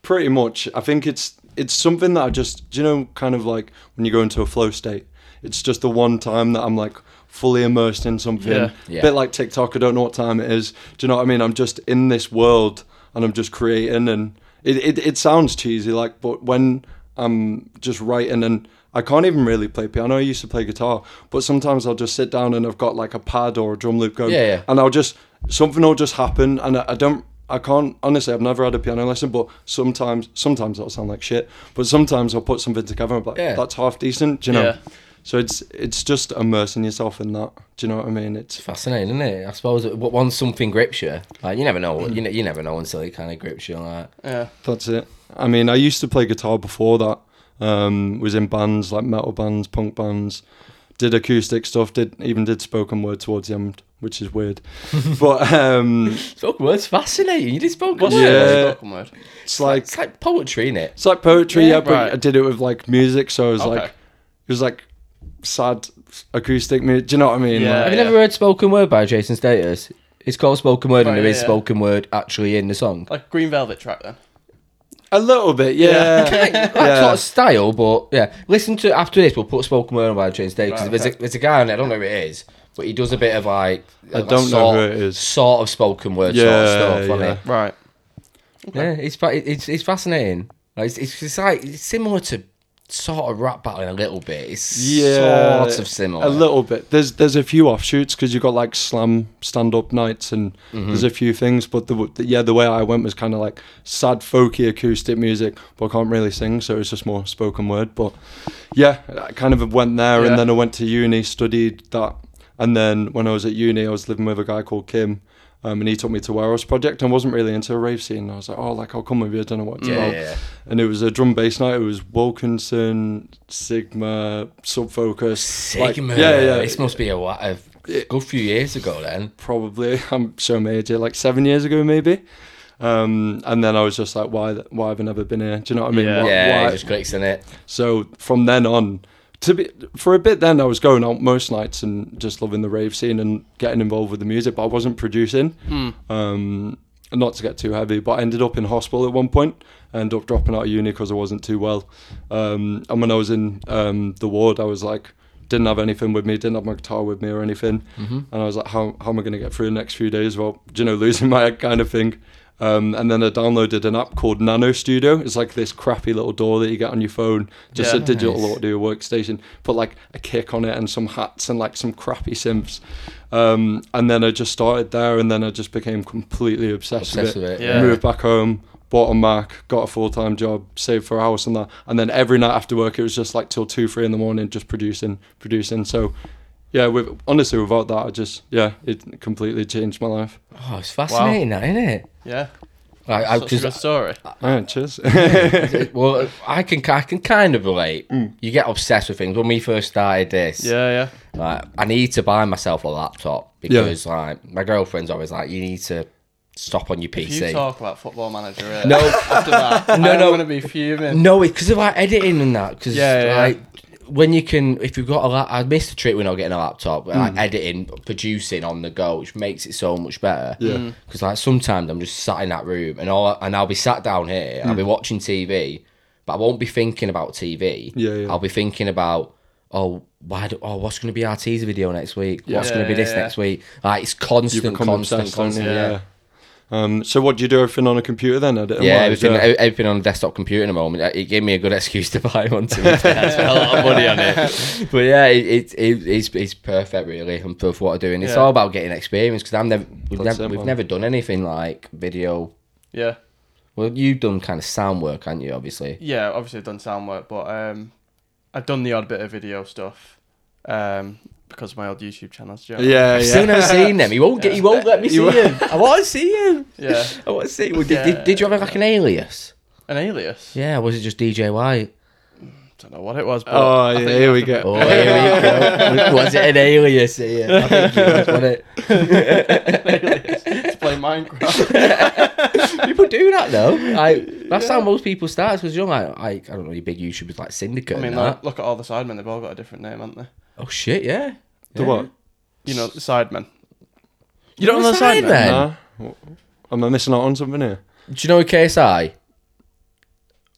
Speaker 3: Pretty much, I think it's it's something that I just do you know, kind of like when you go into a flow state. It's just the one time that I'm like fully immersed in something.
Speaker 1: Yeah.
Speaker 2: Yeah.
Speaker 3: Bit like TikTok, I don't know what time it is. Do you know what I mean? I'm just in this world and I'm just creating and it, it, it sounds cheesy like but when I'm just writing and I can't even really play piano. I used to play guitar, but sometimes I'll just sit down and I've got like a pad or a drum loop going,
Speaker 2: Yeah, yeah.
Speaker 3: and I'll just something will just happen, and I, I don't, I can't honestly. I've never had a piano lesson, but sometimes, sometimes it'll sound like shit, but sometimes I'll put something together and be like,
Speaker 2: Yeah.
Speaker 3: that's half decent, do you know?
Speaker 1: Yeah.
Speaker 3: So it's it's just immersing yourself in that. Do you know what I mean? It's
Speaker 2: Fascinating, isn't it? I suppose that w- once something grips you, like you never know,
Speaker 1: Mm.
Speaker 2: you, ne- you never know until it kind of grips you. Like,
Speaker 1: Yeah.
Speaker 3: That's it. I mean, I used to play guitar before that. Um, was in bands like metal bands, punk bands, did acoustic stuff, did even did spoken word towards the end, which is weird. but um,
Speaker 2: spoken word's fascinating. You did spoken
Speaker 1: What's
Speaker 2: word.
Speaker 3: Yeah.
Speaker 1: the spoken word?
Speaker 3: it's like
Speaker 2: It's like poetry, innit?
Speaker 3: it's like poetry,
Speaker 1: Yeah,
Speaker 3: yeah, but
Speaker 1: right.
Speaker 3: I did it with like music, so it was like
Speaker 1: Okay.
Speaker 3: it was like sad acoustic music. Do you know what I mean?
Speaker 1: Yeah.
Speaker 3: Like,
Speaker 2: Have you never heard spoken word by Jason Status? It's called spoken word, and
Speaker 1: Right,
Speaker 2: there is
Speaker 1: yeah, yeah.
Speaker 2: spoken word actually in the song.
Speaker 1: Like Green Velvet track then.
Speaker 3: a little bit, yeah.
Speaker 2: That's not a style, but yeah. Listen to after this, we'll put spoken word on by Jason Status.
Speaker 1: Right,
Speaker 2: there's, a,
Speaker 1: okay.
Speaker 2: there's a guy on it. I don't know who it is, but he does a bit of like I
Speaker 3: don't know who it is.
Speaker 2: Sort of spoken word, sort
Speaker 3: Yeah,
Speaker 2: of stuff.
Speaker 3: yeah.
Speaker 2: Yeah,
Speaker 1: Right.
Speaker 2: yeah. It's, fa- it's it's fascinating. Like it's, it's, it's like it's similar to sort of rap battling a little bit. It's
Speaker 3: yeah,
Speaker 2: sort of similar.
Speaker 3: A little bit. There's there's a few offshoots because you got like slam stand up nights and
Speaker 2: Mm-hmm.
Speaker 3: there's a few things. But the, w- the yeah, the way I went was kind of like sad folky acoustic music, but I can't really sing, so it's just more spoken word. But yeah, I kind of went there,
Speaker 1: Yeah.
Speaker 3: and then I went to uni, studied that, and then when I was at uni, I was living with a guy called Kim. Um, and he took me to Warehouse Project and wasn't really into a rave scene. I was like, oh, like, I'll come with you. I don't know what to
Speaker 2: Yeah,
Speaker 3: about.
Speaker 2: yeah, yeah.
Speaker 3: And it was a drum bass night. It was Wilkinson, Sigma, Sub Focus.
Speaker 2: Sigma.
Speaker 3: Like, yeah, yeah.
Speaker 2: This must be a, wa- a good few years ago then.
Speaker 3: probably. I'm so major, like seven years ago maybe. Um, and then I was just like, why, th- why have I never been here? Do you know what I mean?
Speaker 1: Yeah.
Speaker 3: Why-
Speaker 2: Yeah,
Speaker 3: why-
Speaker 2: it just clicks in it.
Speaker 3: So from then on, to be for a bit, then I was going out most nights and just loving the rave scene and getting involved with the music, but I wasn't producing. Um, not to get too heavy, but I ended up in hospital at one point. I ended up dropping out of uni because I wasn't too well. Um, and when I was in um, the ward, I was like, didn't have anything with me, didn't have my guitar with me or anything. And I was like, how, how am I going to get through the next few days without, you know, losing my head kind of thing? Um, and then I downloaded an app called Nano Studio. It's like this crappy little door that you get on your phone, just
Speaker 1: Yeah.
Speaker 3: a digital
Speaker 2: Nice.
Speaker 3: audio workstation. Put like a kick on it and some hats and like some crappy synths. Um, and then I just started there, and then I just became completely obsessed,
Speaker 2: Obsessed
Speaker 3: with it.
Speaker 2: with it,
Speaker 1: Yeah.
Speaker 3: Moved back home, bought a Mac, got a full time job, saved for a house and that. And then every night after work, it was just like till two, three in the morning, just producing, producing. So. Yeah, with, honestly, without that, I just yeah, it completely changed my life.
Speaker 2: Oh, it's fascinating, that, isn't it?
Speaker 1: Yeah.
Speaker 2: Like, I, Ah,
Speaker 1: Such a good
Speaker 2: 'cause
Speaker 1: story.
Speaker 3: All right, cheers.
Speaker 2: I- well, I can I can kind of relate.
Speaker 3: Mm.
Speaker 2: You get obsessed with things. When we first started this,
Speaker 1: Yeah,
Speaker 2: like, I need to buy myself a laptop because like my girlfriend's always like, you need to stop on your
Speaker 1: yeah. If you
Speaker 2: PC.
Speaker 1: talk about football manager, eh, after that, no, I'm
Speaker 2: no.
Speaker 1: gonna be fuming.
Speaker 2: No, because of like editing and that. Because
Speaker 1: Yeah, yeah,
Speaker 2: like when you can, if you've got a lap, I missed the trick when I was getting a laptop.
Speaker 3: Hmm.
Speaker 2: Like editing, producing on the go, which makes it so much better.
Speaker 1: Hmm.
Speaker 3: Yeah.
Speaker 2: Because like sometimes I'm just sat in that room and all, and I'll be sat down
Speaker 3: Hmm.
Speaker 2: here. I'll be watching TV, but I won't be thinking about TV.
Speaker 3: Yeah, yeah.
Speaker 2: I'll be thinking about. oh, why do, oh, what's going to be our teaser video next week? What's
Speaker 1: Yeah,
Speaker 2: going to be
Speaker 1: yeah,
Speaker 2: this
Speaker 1: yeah.
Speaker 2: next week? Like, it's constant,
Speaker 3: become
Speaker 2: constant,
Speaker 3: obsessed, don't
Speaker 2: constant.
Speaker 3: you?
Speaker 2: Yeah.
Speaker 3: yeah. Um, so what do you do everything on a computer then? Edit and
Speaker 2: Yeah,
Speaker 3: live,
Speaker 2: everything,
Speaker 3: yeah.
Speaker 2: e- everything on the desktop computer in a moment. It gave me a good excuse to buy one. To be fair. I spent a lot of money on it, but yeah, it, it, it it's it's perfect really and for for what I'm doing. It's
Speaker 1: Yeah.
Speaker 2: all about getting experience because I've never we've,
Speaker 3: That's
Speaker 2: never,
Speaker 3: it,
Speaker 2: we've
Speaker 3: man.
Speaker 2: never done anything like video.
Speaker 1: Yeah.
Speaker 2: Well, you've done kind of sound work, haven't you? Obviously,
Speaker 1: yeah, obviously I've done sound work, but um, I've done the odd bit of video stuff um, because of my old YouTube channels. Do you know what I mean?
Speaker 3: yeah,
Speaker 2: I've
Speaker 3: yeah.
Speaker 2: seen him, seen him. He won't get. He won't let me see
Speaker 3: You-
Speaker 2: him. I want to see him.
Speaker 1: Yeah.
Speaker 2: I want to see. Well, did, did,
Speaker 1: Yeah.
Speaker 2: did you have like an alias?
Speaker 1: An alias.
Speaker 2: Yeah, or was it just DJ White?
Speaker 1: don't know what it was, but
Speaker 3: Oh,
Speaker 1: I
Speaker 3: yeah,
Speaker 1: think
Speaker 3: here we go.
Speaker 2: Oh, here we go. Was it an alias? Yeah, I think it was, wasn't it?
Speaker 1: alias to play Minecraft.
Speaker 2: people do that though. Like that's how most people start because you're like, I, I don't know, your big YouTubers like Syndicate.
Speaker 1: I mean,
Speaker 2: and
Speaker 1: like,
Speaker 2: that.
Speaker 1: look at all the sidemen; they've all got a different name, haven't they?
Speaker 2: oh shit, yeah.
Speaker 3: The what?
Speaker 1: You know, the sidemen.
Speaker 3: You
Speaker 2: You're
Speaker 3: don't know the
Speaker 2: side
Speaker 3: side
Speaker 2: man.
Speaker 3: Nah. Am I missing out on something here?
Speaker 2: Do you know KSI?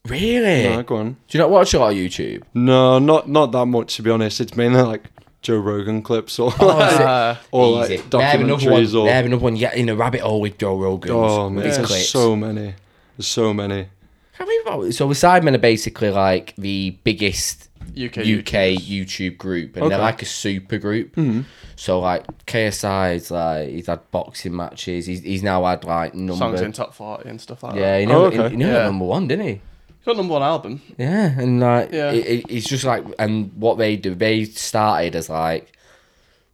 Speaker 2: Really?
Speaker 3: Nah, go on.
Speaker 2: Do you not watch a lot of YouTube?
Speaker 3: No, not not that much to be honest. It's mainly like Joe Rogan clips or like,
Speaker 2: Oh, is it-
Speaker 1: Uh,
Speaker 3: or like
Speaker 2: Easy. They have another one.
Speaker 3: documentaries or
Speaker 2: They have another one yet in a rabbit hole with Joe Rogan.
Speaker 3: oh man,
Speaker 2: with his
Speaker 3: there's
Speaker 2: clips.
Speaker 3: so many, there's so many.
Speaker 2: Can't believe about it. So the Sidemen are basically like the biggest
Speaker 1: UK,
Speaker 2: UK YouTube group, and they're
Speaker 3: Okay. Hmm.
Speaker 2: like a super group. So like KSI's like he's had boxing matches. He's, he's now had like
Speaker 1: songs
Speaker 2: number
Speaker 1: in top forty and stuff like
Speaker 2: Yeah,
Speaker 1: that.
Speaker 2: he
Speaker 3: Oh,
Speaker 2: never, he-
Speaker 3: okay.
Speaker 2: he never
Speaker 1: Yeah.
Speaker 2: had number one, didn't he?
Speaker 1: He's got number one album.
Speaker 2: Yeah, and like
Speaker 1: Yeah.
Speaker 2: It, it- it's just like and what they do, they started as like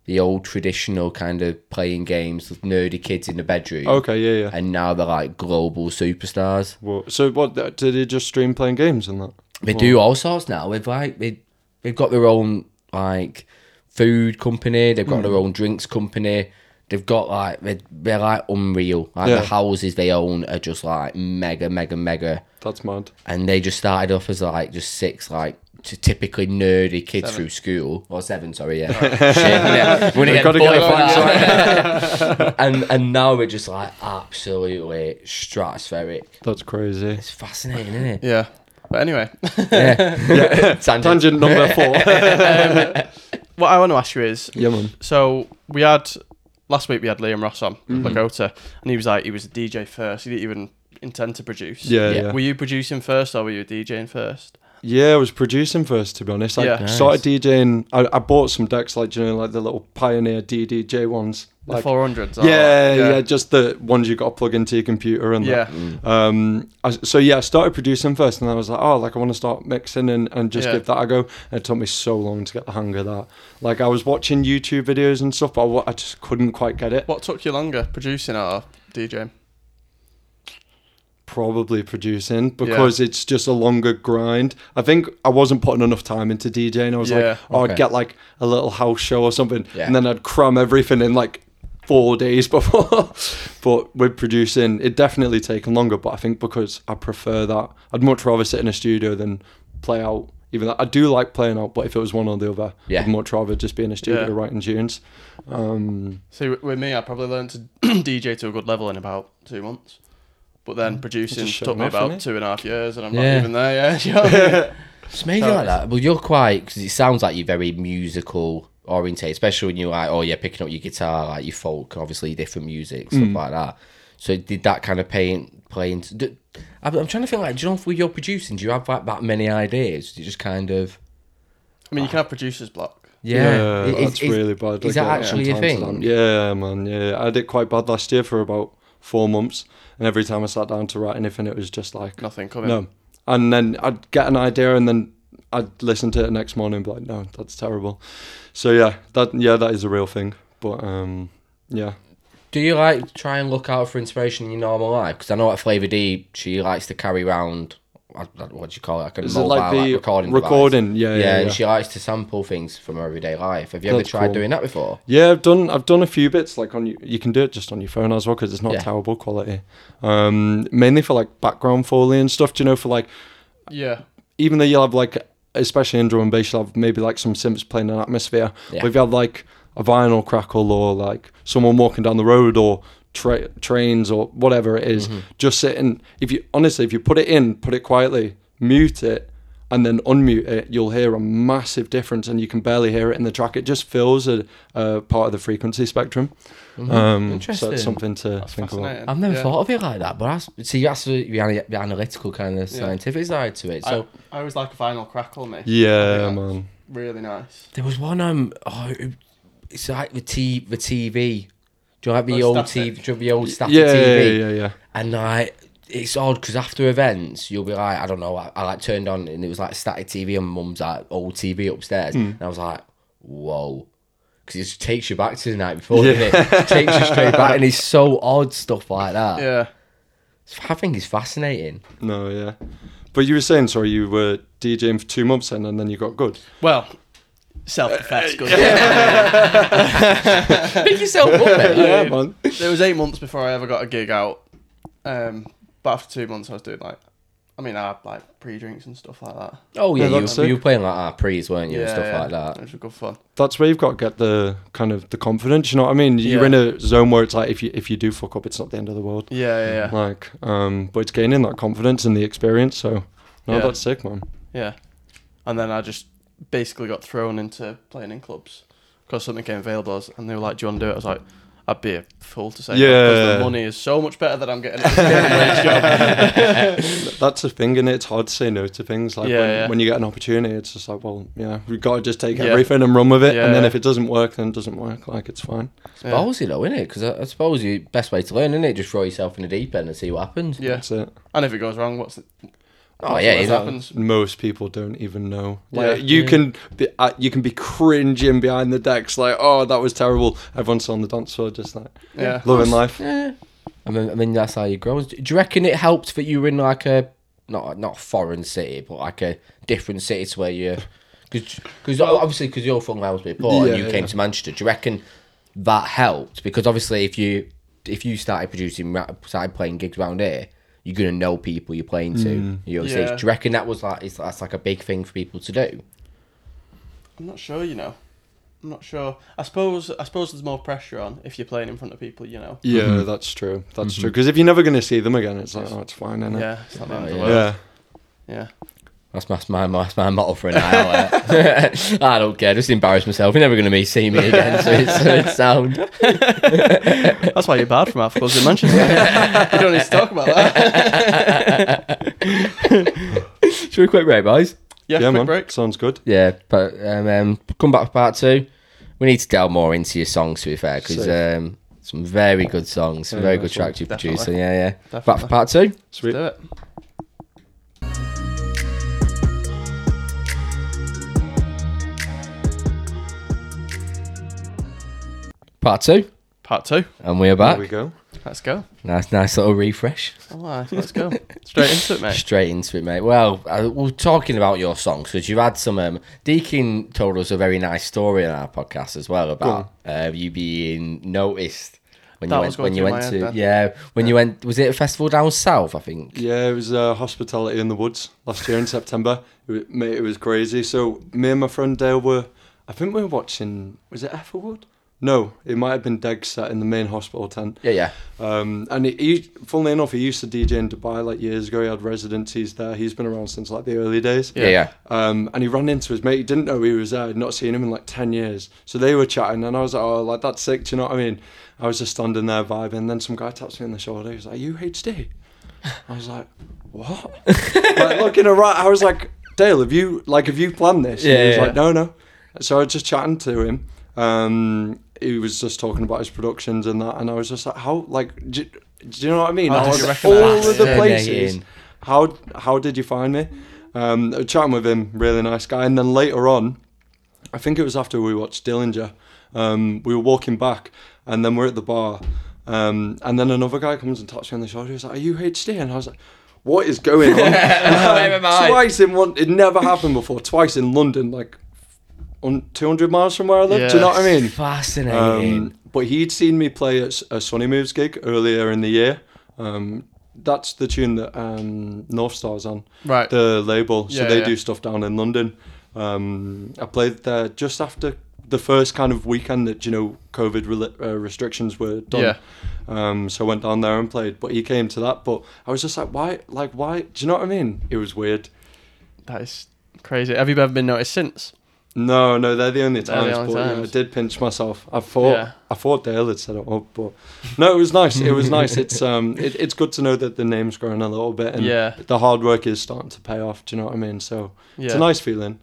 Speaker 2: the old traditional kind of playing games with nerdy kids in the bedroom,
Speaker 3: Okay, yeah, yeah.
Speaker 2: and now they're like global superstars.
Speaker 3: Well, so what th- did he just stream playing games and that?
Speaker 2: They do all sorts now. They've like they they've got their own like food company. They've
Speaker 3: Hmm.
Speaker 2: got their own drinks company. They've got like they're, they're like unreal. Like
Speaker 3: Yeah.
Speaker 2: the houses they own are just like mega, mega, mega.
Speaker 3: That's mad.
Speaker 2: and they just started off as like just six like t- typically nerdy kids
Speaker 1: Seven.
Speaker 2: through school or seven sorry yeah shit yeah. we're gonna get
Speaker 3: gotta
Speaker 2: gotta get
Speaker 3: get the
Speaker 2: and and now we're just like absolutely stratospheric
Speaker 3: That's crazy.
Speaker 2: it's fascinating isn't it
Speaker 1: Yeah. But anyway,
Speaker 2: yeah, Tangent.
Speaker 3: Tangent number four.
Speaker 1: what I want to ask you is,
Speaker 3: yeah, man.
Speaker 1: So we had last week we had Liam Ross on
Speaker 3: Mm-hmm.
Speaker 1: with Lakota, and he was like he was a DJ first. He didn't even intend to produce.
Speaker 3: Yeah,
Speaker 2: Yeah.
Speaker 3: yeah.
Speaker 1: Were you producing first or were you DJing first?
Speaker 3: Yeah, I was producing first, to be honest. I
Speaker 1: Yeah.
Speaker 2: Nice.
Speaker 3: started DJing. I, I bought some decks, like, you know, like the little Pioneer DDJ ones.
Speaker 1: The
Speaker 3: Like,
Speaker 1: four hundreds.
Speaker 3: yeah, yeah, just the ones you got to plug into your computer and
Speaker 1: Yeah.
Speaker 3: that. Um, I, so yeah, I started producing first, and I was like, oh, like I want to start mixing and, and just
Speaker 1: Yeah.
Speaker 3: give that a go. And it took me so long to get the hang of that. Like I was watching YouTube videos and stuff, but I, wa- I just couldn't quite get it.
Speaker 1: What took you longer, producing or DJing?
Speaker 3: Probably producing because it's just a longer grind. I think I wasn't putting enough time into DJing. I was
Speaker 1: Yeah.
Speaker 3: like, oh,
Speaker 2: Okay.
Speaker 3: I'd get like a little house show or something,
Speaker 2: Yeah.
Speaker 3: and then I'd cram everything in like four days before. but with producing, it definitely taken longer. But I think because I prefer that, I'd much rather sit in a studio than play out. Even though I do like playing out, but if it was one or the other,
Speaker 2: Yeah.
Speaker 3: I'd much rather just be in a studio
Speaker 1: Yeah.
Speaker 3: writing tunes. Um,
Speaker 1: See, w- with me, I probably learned to DJ to a good level in about two months. But then producing
Speaker 3: shut
Speaker 1: took me
Speaker 3: off,
Speaker 1: about
Speaker 3: innit?
Speaker 1: two and a half years, and I'm
Speaker 2: Yeah.
Speaker 1: not even there yet. do you know what I mean?
Speaker 2: it's amazing like that well you're quite because it sounds like you're very musical orientated especially when you're like oh yeah picking up your guitar like your folk obviously different music stuff like that so did that kind of paint play into d- I'm I'm trying to think like do you know if you're producing do you have like that many ideas do you just kind of
Speaker 1: I mean, you can have producer's block.
Speaker 2: Yeah,
Speaker 3: Yeah,
Speaker 2: it- it-
Speaker 3: that's
Speaker 2: it-
Speaker 3: really bad.
Speaker 2: Is
Speaker 3: I
Speaker 2: that
Speaker 3: get
Speaker 2: actually a
Speaker 3: sometimes
Speaker 2: thing?
Speaker 3: that. Yeah, man. Yeah, I did quite bad last year for about four months, and every time I sat down to write anything, it was just like
Speaker 1: Nothing coming.
Speaker 3: no. And then I'd get an idea, and then I'd listen to it the next morning, and be like, no, that's terrible. So yeah, that yeah, that is a real thing. But um, yeah,
Speaker 2: Do you like try and look out for inspiration in your normal life? Because I know at Flavor D, she likes to carry around. I don't know What do you call it? Like a
Speaker 3: is it
Speaker 2: mobile
Speaker 3: like the
Speaker 2: like, recording.
Speaker 3: recording?
Speaker 2: device.
Speaker 3: Yeah,
Speaker 2: Yeah,
Speaker 3: yeah, yeah.
Speaker 2: and she likes to sample things from her everyday life. Have you ever
Speaker 3: That's
Speaker 2: tried
Speaker 3: cool.
Speaker 2: doing that before?
Speaker 3: Yeah, I've done I've done a few bits like on you. You can do it just on your phone as well because it's not
Speaker 2: Yeah.
Speaker 3: terrible quality. Um, mainly for like background foley and stuff. Do you know for like
Speaker 1: Yeah.
Speaker 3: even though you'll have like, especially in drum and bass, you'll have maybe like some synths playing an atmosphere.
Speaker 2: Yeah.
Speaker 3: But if you have like a vinyl crackle or like someone walking down the road or tra- trains or whatever it is, just sitting. If you honestly, if you put it in, put it quietly, mute it, and then unmute it, you'll hear a massive difference, and you can barely hear it in the track. It just fills a, a part of the frequency spectrum. Um, So
Speaker 2: Interesting.
Speaker 3: that's something to think about.
Speaker 1: Fascinating.
Speaker 2: I've never
Speaker 1: Yeah.
Speaker 2: thought of it like that, but that's, see, that's the, the ana- the analytical kind of scientific side to it. So
Speaker 1: I, I always like a vinyl crackle, mate.
Speaker 3: Yeah,
Speaker 1: I think
Speaker 3: man.
Speaker 1: that's Really nice.
Speaker 2: there was one um, oh, it- it's like the T the TV. Do you like the
Speaker 1: Oh,
Speaker 2: old
Speaker 1: static.
Speaker 2: TV? Do you have the old static
Speaker 3: Yeah, yeah,
Speaker 2: TV?
Speaker 3: yeah, yeah.
Speaker 2: And like, it's odd because after events, you'll be like, I don't know, I, I like turned on and it was like static TV and mum's like old TV upstairs. And I was like, whoa. Because it just takes you back to the night before, doesn't it? takes you straight back. And it's so odd stuff like that.
Speaker 1: Yeah.
Speaker 2: I think it's fascinating.
Speaker 3: No, yeah. But you were saying, sorry, you were DJing for two months then, and then you got good.
Speaker 1: Well, self defense. good.
Speaker 2: Pick yourself up, mate.
Speaker 1: Yeah,
Speaker 3: Yeah, man.
Speaker 1: There was eight months before I ever got a gig out. Um, but after two months, I was doing like, I mean, I had like pre drinks and stuff like that.
Speaker 2: Oh, yeah,
Speaker 3: Yeah,
Speaker 2: you,
Speaker 3: that's
Speaker 2: were-
Speaker 3: sick.
Speaker 2: you were playing like our prees, weren't you? and stuff like that.
Speaker 1: Which was good fun.
Speaker 3: That's where you've got to get the kind of the confidence. You know what I mean? You're
Speaker 1: Yeah.
Speaker 3: in a zone where it's like if you if you do fuck up, it's not the end of the world.
Speaker 1: Yeah, yeah, yeah.
Speaker 3: Like, um, but it's gaining that confidence and the experience. So, no,
Speaker 1: Yeah.
Speaker 3: that's sick, man.
Speaker 1: yeah. And then I just basically got thrown into playing in clubs because something came available, I was- and they were like, "Do you want to do it?" I was like. I'd be a fool to say no, 'cause
Speaker 3: Yeah.
Speaker 1: the money is so much better than I'm getting at this minimum wage job.
Speaker 3: That's the thing, and it's hard to say no to things. Like
Speaker 1: Yeah,
Speaker 3: when,
Speaker 1: yeah.
Speaker 3: when you get an opportunity, it's just like, well, yeah, we gotta just take
Speaker 1: Yeah.
Speaker 3: everything and run with it.
Speaker 1: Yeah,
Speaker 3: and then
Speaker 1: yeah.
Speaker 3: if it doesn't work, then it doesn't work. Like it's fine.
Speaker 1: Yeah.
Speaker 2: Ballsy though, isn't it? Because I, I suppose the best way to learn, isn't it? Just throw yourself in the deep end and see what happens.
Speaker 1: Yeah.
Speaker 3: That's it.
Speaker 1: And if it goes wrong, what's the,
Speaker 2: Oh yeah,
Speaker 1: what
Speaker 2: you know,
Speaker 1: happens?
Speaker 3: most people don't even know. Like
Speaker 1: Yeah.
Speaker 3: you can be, uh, you can be cringing behind the decks, like oh that was terrible. Everyone's on the dance floor, just like
Speaker 1: Yeah.
Speaker 3: loving life.
Speaker 2: Eh. I mean, I mean that's how you grow. Do you reckon it helped that you were in like a not not a foreign city, but like a different city to where you? Because obviously, because you're from Wales before and
Speaker 3: Yeah,
Speaker 2: you came
Speaker 3: yeah.
Speaker 2: to Manchester. Do you reckon that helped? Because obviously, if you if you started producing, ra- started playing gigs around here, you're gonna know people you're playing to.
Speaker 3: Mm.
Speaker 2: You're
Speaker 1: Yeah.
Speaker 2: Do you reckon that was like is that's like a big thing for people to do?
Speaker 1: I'm not sure, you know. I'm not sure. I suppose I suppose there's more pressure on if you're playing in front of people, you know.
Speaker 3: Yeah, that's true. That's
Speaker 1: Mm-hmm.
Speaker 3: true. Because if you're never gonna see them again, it's like oh it's fine, innit?
Speaker 1: Yeah, it's not the end of the
Speaker 2: yeah.
Speaker 1: world.
Speaker 3: Yeah.
Speaker 1: Yeah.
Speaker 2: That's my, that's my, my, that's my motto for an hour. I don't care. Just embarrass myself. You're never going to be see me again. So it's, so it's sound.
Speaker 1: That's why you're bad from half clubs in Manchester. you don't need to talk about that.
Speaker 2: Should we quick break, boys?
Speaker 1: Yeah,
Speaker 3: Yeah,
Speaker 1: quick
Speaker 3: man.
Speaker 1: break.
Speaker 3: Sounds good.
Speaker 2: Yeah, but um, um, come back for part two. We need to delve more into your songs, to be fair, because
Speaker 3: Safe.
Speaker 2: um, some very good songs, some very good
Speaker 3: nice
Speaker 2: tracks you've
Speaker 1: Definitely.
Speaker 2: produced. So yeah, yeah. Back
Speaker 1: Definitely.
Speaker 2: for part two.
Speaker 3: Sweet.
Speaker 1: Do it.
Speaker 2: Part two.
Speaker 1: Part two.
Speaker 2: And we're
Speaker 3: There
Speaker 2: back.
Speaker 3: we go.
Speaker 1: Let's go.
Speaker 2: nice, nice little refresh.
Speaker 1: Alright, let's go. Straight into it, mate.
Speaker 2: Straight into it, mate. Well, uh, we're talking about your songs because you had some. Um, Deakin told us a very nice story on our podcast as well about uh, you being noticed when
Speaker 1: That
Speaker 2: you
Speaker 1: was
Speaker 2: went
Speaker 1: going
Speaker 2: when
Speaker 1: through
Speaker 2: you went
Speaker 1: my
Speaker 2: to
Speaker 1: head then.
Speaker 2: yeah when you went was it a festival down south I think
Speaker 3: Yeah, it was uh, hospitality in the woods last year in September. It was, mate, it was crazy. So me and my friend Dale were, I think we were watching. Was it Ethelwood? No, it might have been Deg set in the main hospital tent.
Speaker 2: yeah yeah
Speaker 3: Um, and he, he, funnily enough, he used to DJ in Dubai like years ago. He had residencies there. He's been around since like the early days.
Speaker 2: yeah yeah,
Speaker 3: Um, and he ran into his mate. He didn't know he was there. He'd not seen him in like ten years. So they were chatting, and I was like, "Oh, like that's sick." Do you know what I mean? I was just standing there vibing. And then some guy taps me on the shoulder. He was like, "You HD?" I was like, "What?" like looking around, I was like, "Dale, have you like have you planned this?" And
Speaker 2: Yeah,
Speaker 3: he was
Speaker 2: yeah,
Speaker 3: like,
Speaker 2: yeah.
Speaker 3: "No, no." So I was just chatting to him. Um, he was just talking about his productions and that, and I was just like, "How like do, do you know what I mean?"
Speaker 1: How
Speaker 3: I
Speaker 1: did
Speaker 3: was
Speaker 1: you
Speaker 3: like,
Speaker 1: recognise
Speaker 3: all of the
Speaker 2: it?
Speaker 3: places
Speaker 2: Fascinating.
Speaker 3: how how did you find me? Um, I was chatting with him, really nice guy. And then later on, I think it was after we watched Dillinger, um, we were walking back, and then we're at the bar, um, and then another guy comes and taps me on the shoulder. He's like, "Are you HD?" And I was like. What is going on? Um,
Speaker 2: Never mind.
Speaker 3: twice in one, it never happened before. Twice in London, like on 200 miles from where I live. Do you know what I
Speaker 1: Yes.
Speaker 3: mean?
Speaker 2: fascinating
Speaker 3: Um, but he'd seen me play at a Sonny Moves gig earlier in the year. Um, that's the tune that um, North Star's on,
Speaker 1: Right.
Speaker 3: the label. So
Speaker 1: Yeah,
Speaker 3: they
Speaker 1: yeah.
Speaker 3: do stuff down in London. Um, I played there just after the first kind of weekend that, you know, COVID rela- uh, restrictions were done.
Speaker 1: Yeah.
Speaker 3: Um, so I went down there and played. But he came to that. But I was just like, why? Like, why? Do you know what I mean? It was weird.
Speaker 1: That is Crazy. Have you ever been noticed since?
Speaker 3: No, no, they're the only
Speaker 1: They're the
Speaker 3: times.
Speaker 1: only
Speaker 3: but yeah,
Speaker 1: times.
Speaker 3: I did pinch myself. I thought
Speaker 1: Yeah.
Speaker 3: I thought Dale had set it up, but no, it was nice. It was nice. It's um, it, it's good to know that the name's growing a little bit, and
Speaker 1: Yeah.
Speaker 3: the hard work is starting to pay off. Do you know what I mean? So
Speaker 1: Yeah.
Speaker 3: it's a nice feeling.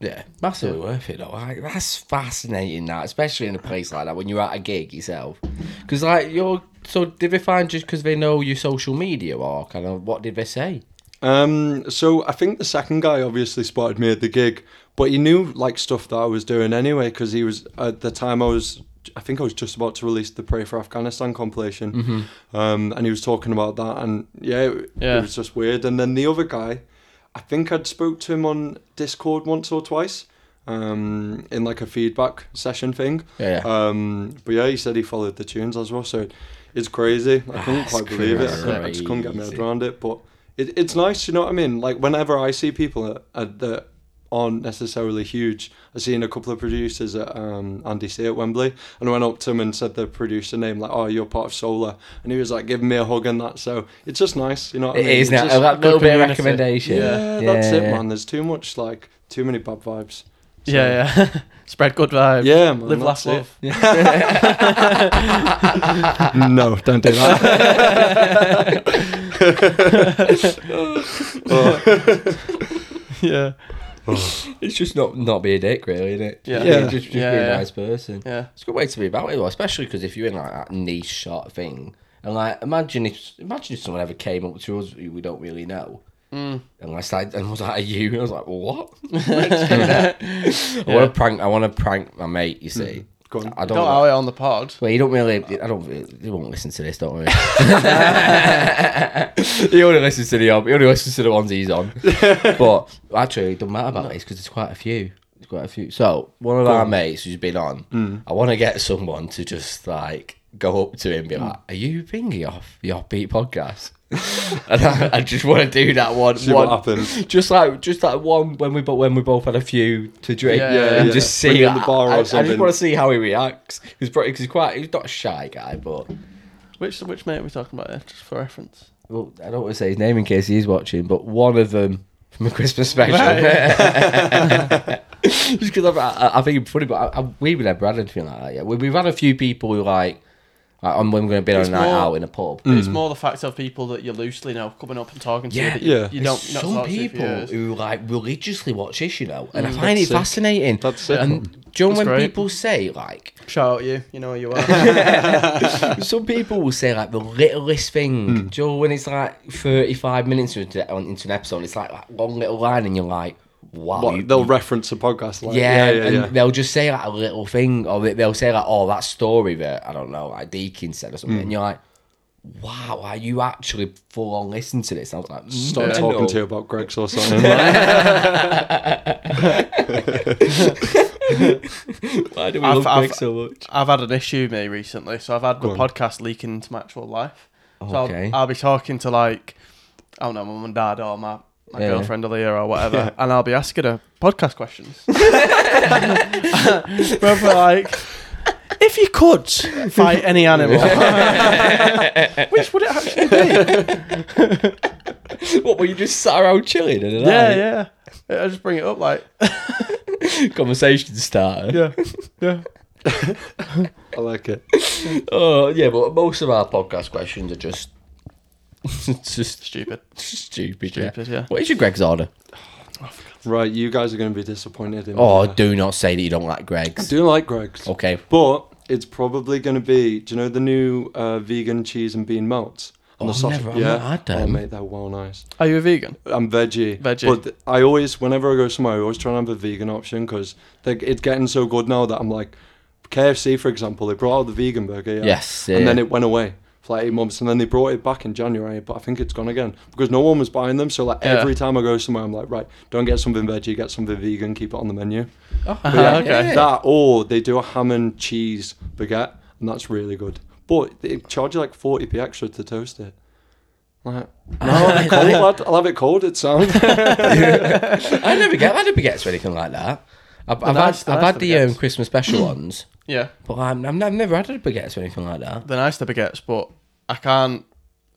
Speaker 2: Yeah, massively worth it though. Like, that's fascinating, that especially in a place like that when you're at a gig yourself. Because like you're so did they find just because they know your social media or kind of what did they say?
Speaker 3: Um, so I think the second guy obviously spotted me at the gig, but he knew like stuff that I was doing anyway because he was at the time I was. I think I was just about to release the Pray for Afghanistan compilation,
Speaker 2: Mm-hmm.
Speaker 3: um, and he was talking about that, and yeah it,
Speaker 1: Yeah.
Speaker 3: it was just weird. And then the other guy, I think I'd spoke to him on Discord once or twice, um, in like a feedback session thing.
Speaker 2: Yeah, yeah.
Speaker 3: Um, but yeah, he said he followed the tunes as well, so it's crazy. I couldn't
Speaker 2: That's
Speaker 3: quite believe it. I, couldn't- I just couldn't get my head
Speaker 2: Ah, crazy.
Speaker 3: around it. But it, it's nice, you know what I mean? Like whenever I see people that- uh, that aren't necessarily huge, I seen a couple of producers at um, Andy C at Wembley, and I went up to him and said the producer name, like, "Oh, you're part of Solar," and he was like giving me a hug and that. So it's just nice, you know what I
Speaker 2: It
Speaker 3: mean?
Speaker 2: is
Speaker 3: It's
Speaker 2: now
Speaker 3: just-
Speaker 2: a
Speaker 1: good
Speaker 2: little bit of
Speaker 1: community.
Speaker 2: recommendation.
Speaker 3: yeah, that's it,
Speaker 2: Yeah.
Speaker 3: man. There's too much like too many bad vibes. So-
Speaker 1: Yeah, yeah. Spread good vibes.
Speaker 3: Yeah, man,
Speaker 1: Live, laugh,
Speaker 3: that's it.
Speaker 1: love.
Speaker 3: no, don't do that. Oh,
Speaker 1: Yeah.
Speaker 2: It's just not not be a dick, really, isn't it?
Speaker 1: Yeah.
Speaker 3: Yeah.
Speaker 2: just, just
Speaker 1: Yeah,
Speaker 2: be a
Speaker 1: yeah.
Speaker 2: nice person.
Speaker 1: Yeah.
Speaker 2: It's a good way to be about it, though, especially because if you're in like that niche sort of thing, and like imagine if imagine if someone ever came up to us who we don't really know, mm. and like started- and was like, "Are you?" And I was like, "What?" I want to prank. I want to prank my mate. You see,
Speaker 3: Go on.
Speaker 2: I don't.
Speaker 1: Don't
Speaker 2: like-
Speaker 1: out it on the pod.
Speaker 2: well, you don't really. I don't. They won't listen to this. Don't worry. he only listens to the. He only listens to the ones he's on. but actually, it doesn't matter about this because there's quite a few. There's quite a few. So one of our mates who's been on, Hmm. I want to get someone to just like go up to him and be like, "Are you thinking off the Offbeat podcast?" and I, I just want to do that one.
Speaker 3: See
Speaker 2: one
Speaker 3: what happens.
Speaker 2: Just like, just that one when we both when we both had a few to drink,
Speaker 1: Yeah, yeah,
Speaker 2: and
Speaker 1: yeah.
Speaker 2: just
Speaker 3: When
Speaker 2: see
Speaker 3: you're in the bar or
Speaker 2: I- I, I
Speaker 3: something.
Speaker 2: just want to see how he reacts. He's pretty, cause he's quite, he's not a shy guy, but
Speaker 1: Which which mate are we talking about here, just for reference?
Speaker 2: well, I don't want to say his name in case he is watching. But one of them from a Christmas special. just because I, I, I think it's funny, but I, I, we've never had anything like that. Yeah, we, we've had a few people who like, like on when we're going to be on a
Speaker 1: It's
Speaker 2: night
Speaker 1: more-
Speaker 2: out in a pub.
Speaker 1: It's more the fact of people that you loosely know coming up and talking to
Speaker 2: Yeah.
Speaker 1: you that you,
Speaker 3: Yeah.
Speaker 1: you don't
Speaker 2: There's
Speaker 1: not
Speaker 2: some
Speaker 1: talk to for
Speaker 2: people
Speaker 1: years.
Speaker 2: who like religiously watch this, you know, and I find it
Speaker 3: Mm, That's sick.
Speaker 2: fascinating.
Speaker 3: That's sick.
Speaker 2: And do you know
Speaker 1: That's
Speaker 2: when
Speaker 1: great.
Speaker 2: people say like,
Speaker 1: shout at you, you know who you are.
Speaker 2: Some people will say like the littlest thing.
Speaker 3: Mm.
Speaker 2: Do you know when it's like thirty-five minutes into, on- into an episode, it's like that long little line, and you're like, "Wow."
Speaker 3: What,
Speaker 2: Ah, you-
Speaker 3: they'll reference a podcast like
Speaker 2: yeah,
Speaker 3: yeah, yeah,
Speaker 2: and
Speaker 3: yeah.
Speaker 2: they'll just say like a little thing, or they- they'll say like, "Oh, that story that I don't know, like Deakin said or
Speaker 3: Mm.
Speaker 2: something," and you're like, "Wow, are you actually full on listening to this?" And I was like, "Mm,
Speaker 3: Start
Speaker 2: "No."
Speaker 3: talking to you about Greg's or something. Like,
Speaker 2: Why do we
Speaker 1: I've-
Speaker 2: love
Speaker 1: I've-
Speaker 2: Greg so much?
Speaker 1: I've had an issue me recently, so I've had my
Speaker 3: on.
Speaker 1: podcast leaking into my actual life. So
Speaker 2: Okay.
Speaker 1: I'll, I'll be talking to like I don't know, my mum and dad or my my
Speaker 2: Yeah.
Speaker 1: girlfriend or Leah or whatever, and I'll be asking her podcast questions. But we're like, if you could fight any animal, which would it actually be?
Speaker 2: what were you just sat around chilling? And
Speaker 1: Yeah, yeah. I just bring it up like,
Speaker 2: yeah. Conversation starter.
Speaker 1: yeah, yeah.
Speaker 3: I like it.
Speaker 2: Oh yeah, but most of our podcast questions are just just
Speaker 1: Stupid.
Speaker 2: stupid.
Speaker 1: Stupid, yeah.
Speaker 2: What is your Greg's order?
Speaker 3: Right, you guys are going to be disappointed in
Speaker 2: Oh,
Speaker 3: me.
Speaker 2: do not say that you don't like
Speaker 3: I
Speaker 2: Greg's.
Speaker 3: do like Greg's.
Speaker 2: Okay.
Speaker 3: But it's probably going to be, do you know the new uh, vegan cheese and bean melts? And
Speaker 2: Oh,
Speaker 3: the
Speaker 2: I've
Speaker 3: sausage-
Speaker 2: never- I've
Speaker 3: yeah.
Speaker 2: not had
Speaker 3: Oh,
Speaker 2: them.
Speaker 3: mate, they're well nice.
Speaker 1: Are you a vegan?
Speaker 3: I'm veggie.
Speaker 1: Veggie.
Speaker 3: But th- I always, whenever I go somewhere, I always try and have a vegan option because it's getting so good now that I'm like, KFC, for example, they brought out the vegan burger. Yeah.
Speaker 2: Yes,
Speaker 3: And then
Speaker 2: yeah.
Speaker 3: it went away for like eight months. And then they brought it back in January, but I think it's gone again because no one was buying them. So, like,
Speaker 1: Yeah.
Speaker 3: every time I go somewhere, I'm like, right, don't get something veggie, get something vegan, keep it on the menu.
Speaker 2: Oh,
Speaker 3: But yeah,
Speaker 1: okay.
Speaker 3: That, or they do a ham and cheese baguette, and that's really good. But they charge you like 40p extra to toast it. Like, no, I'll have it cold, lad. I'll have it cold. It sounds.
Speaker 2: I never get. I never get to anything like that. I've, I've
Speaker 1: nice-
Speaker 2: had, I've
Speaker 1: nice
Speaker 2: had the um,
Speaker 1: baguettes.
Speaker 2: Christmas special ones,
Speaker 1: Yeah.
Speaker 2: but I'm, I'm, I've never had a baguette or anything like that.
Speaker 1: They're nice the baguettes, but I can't.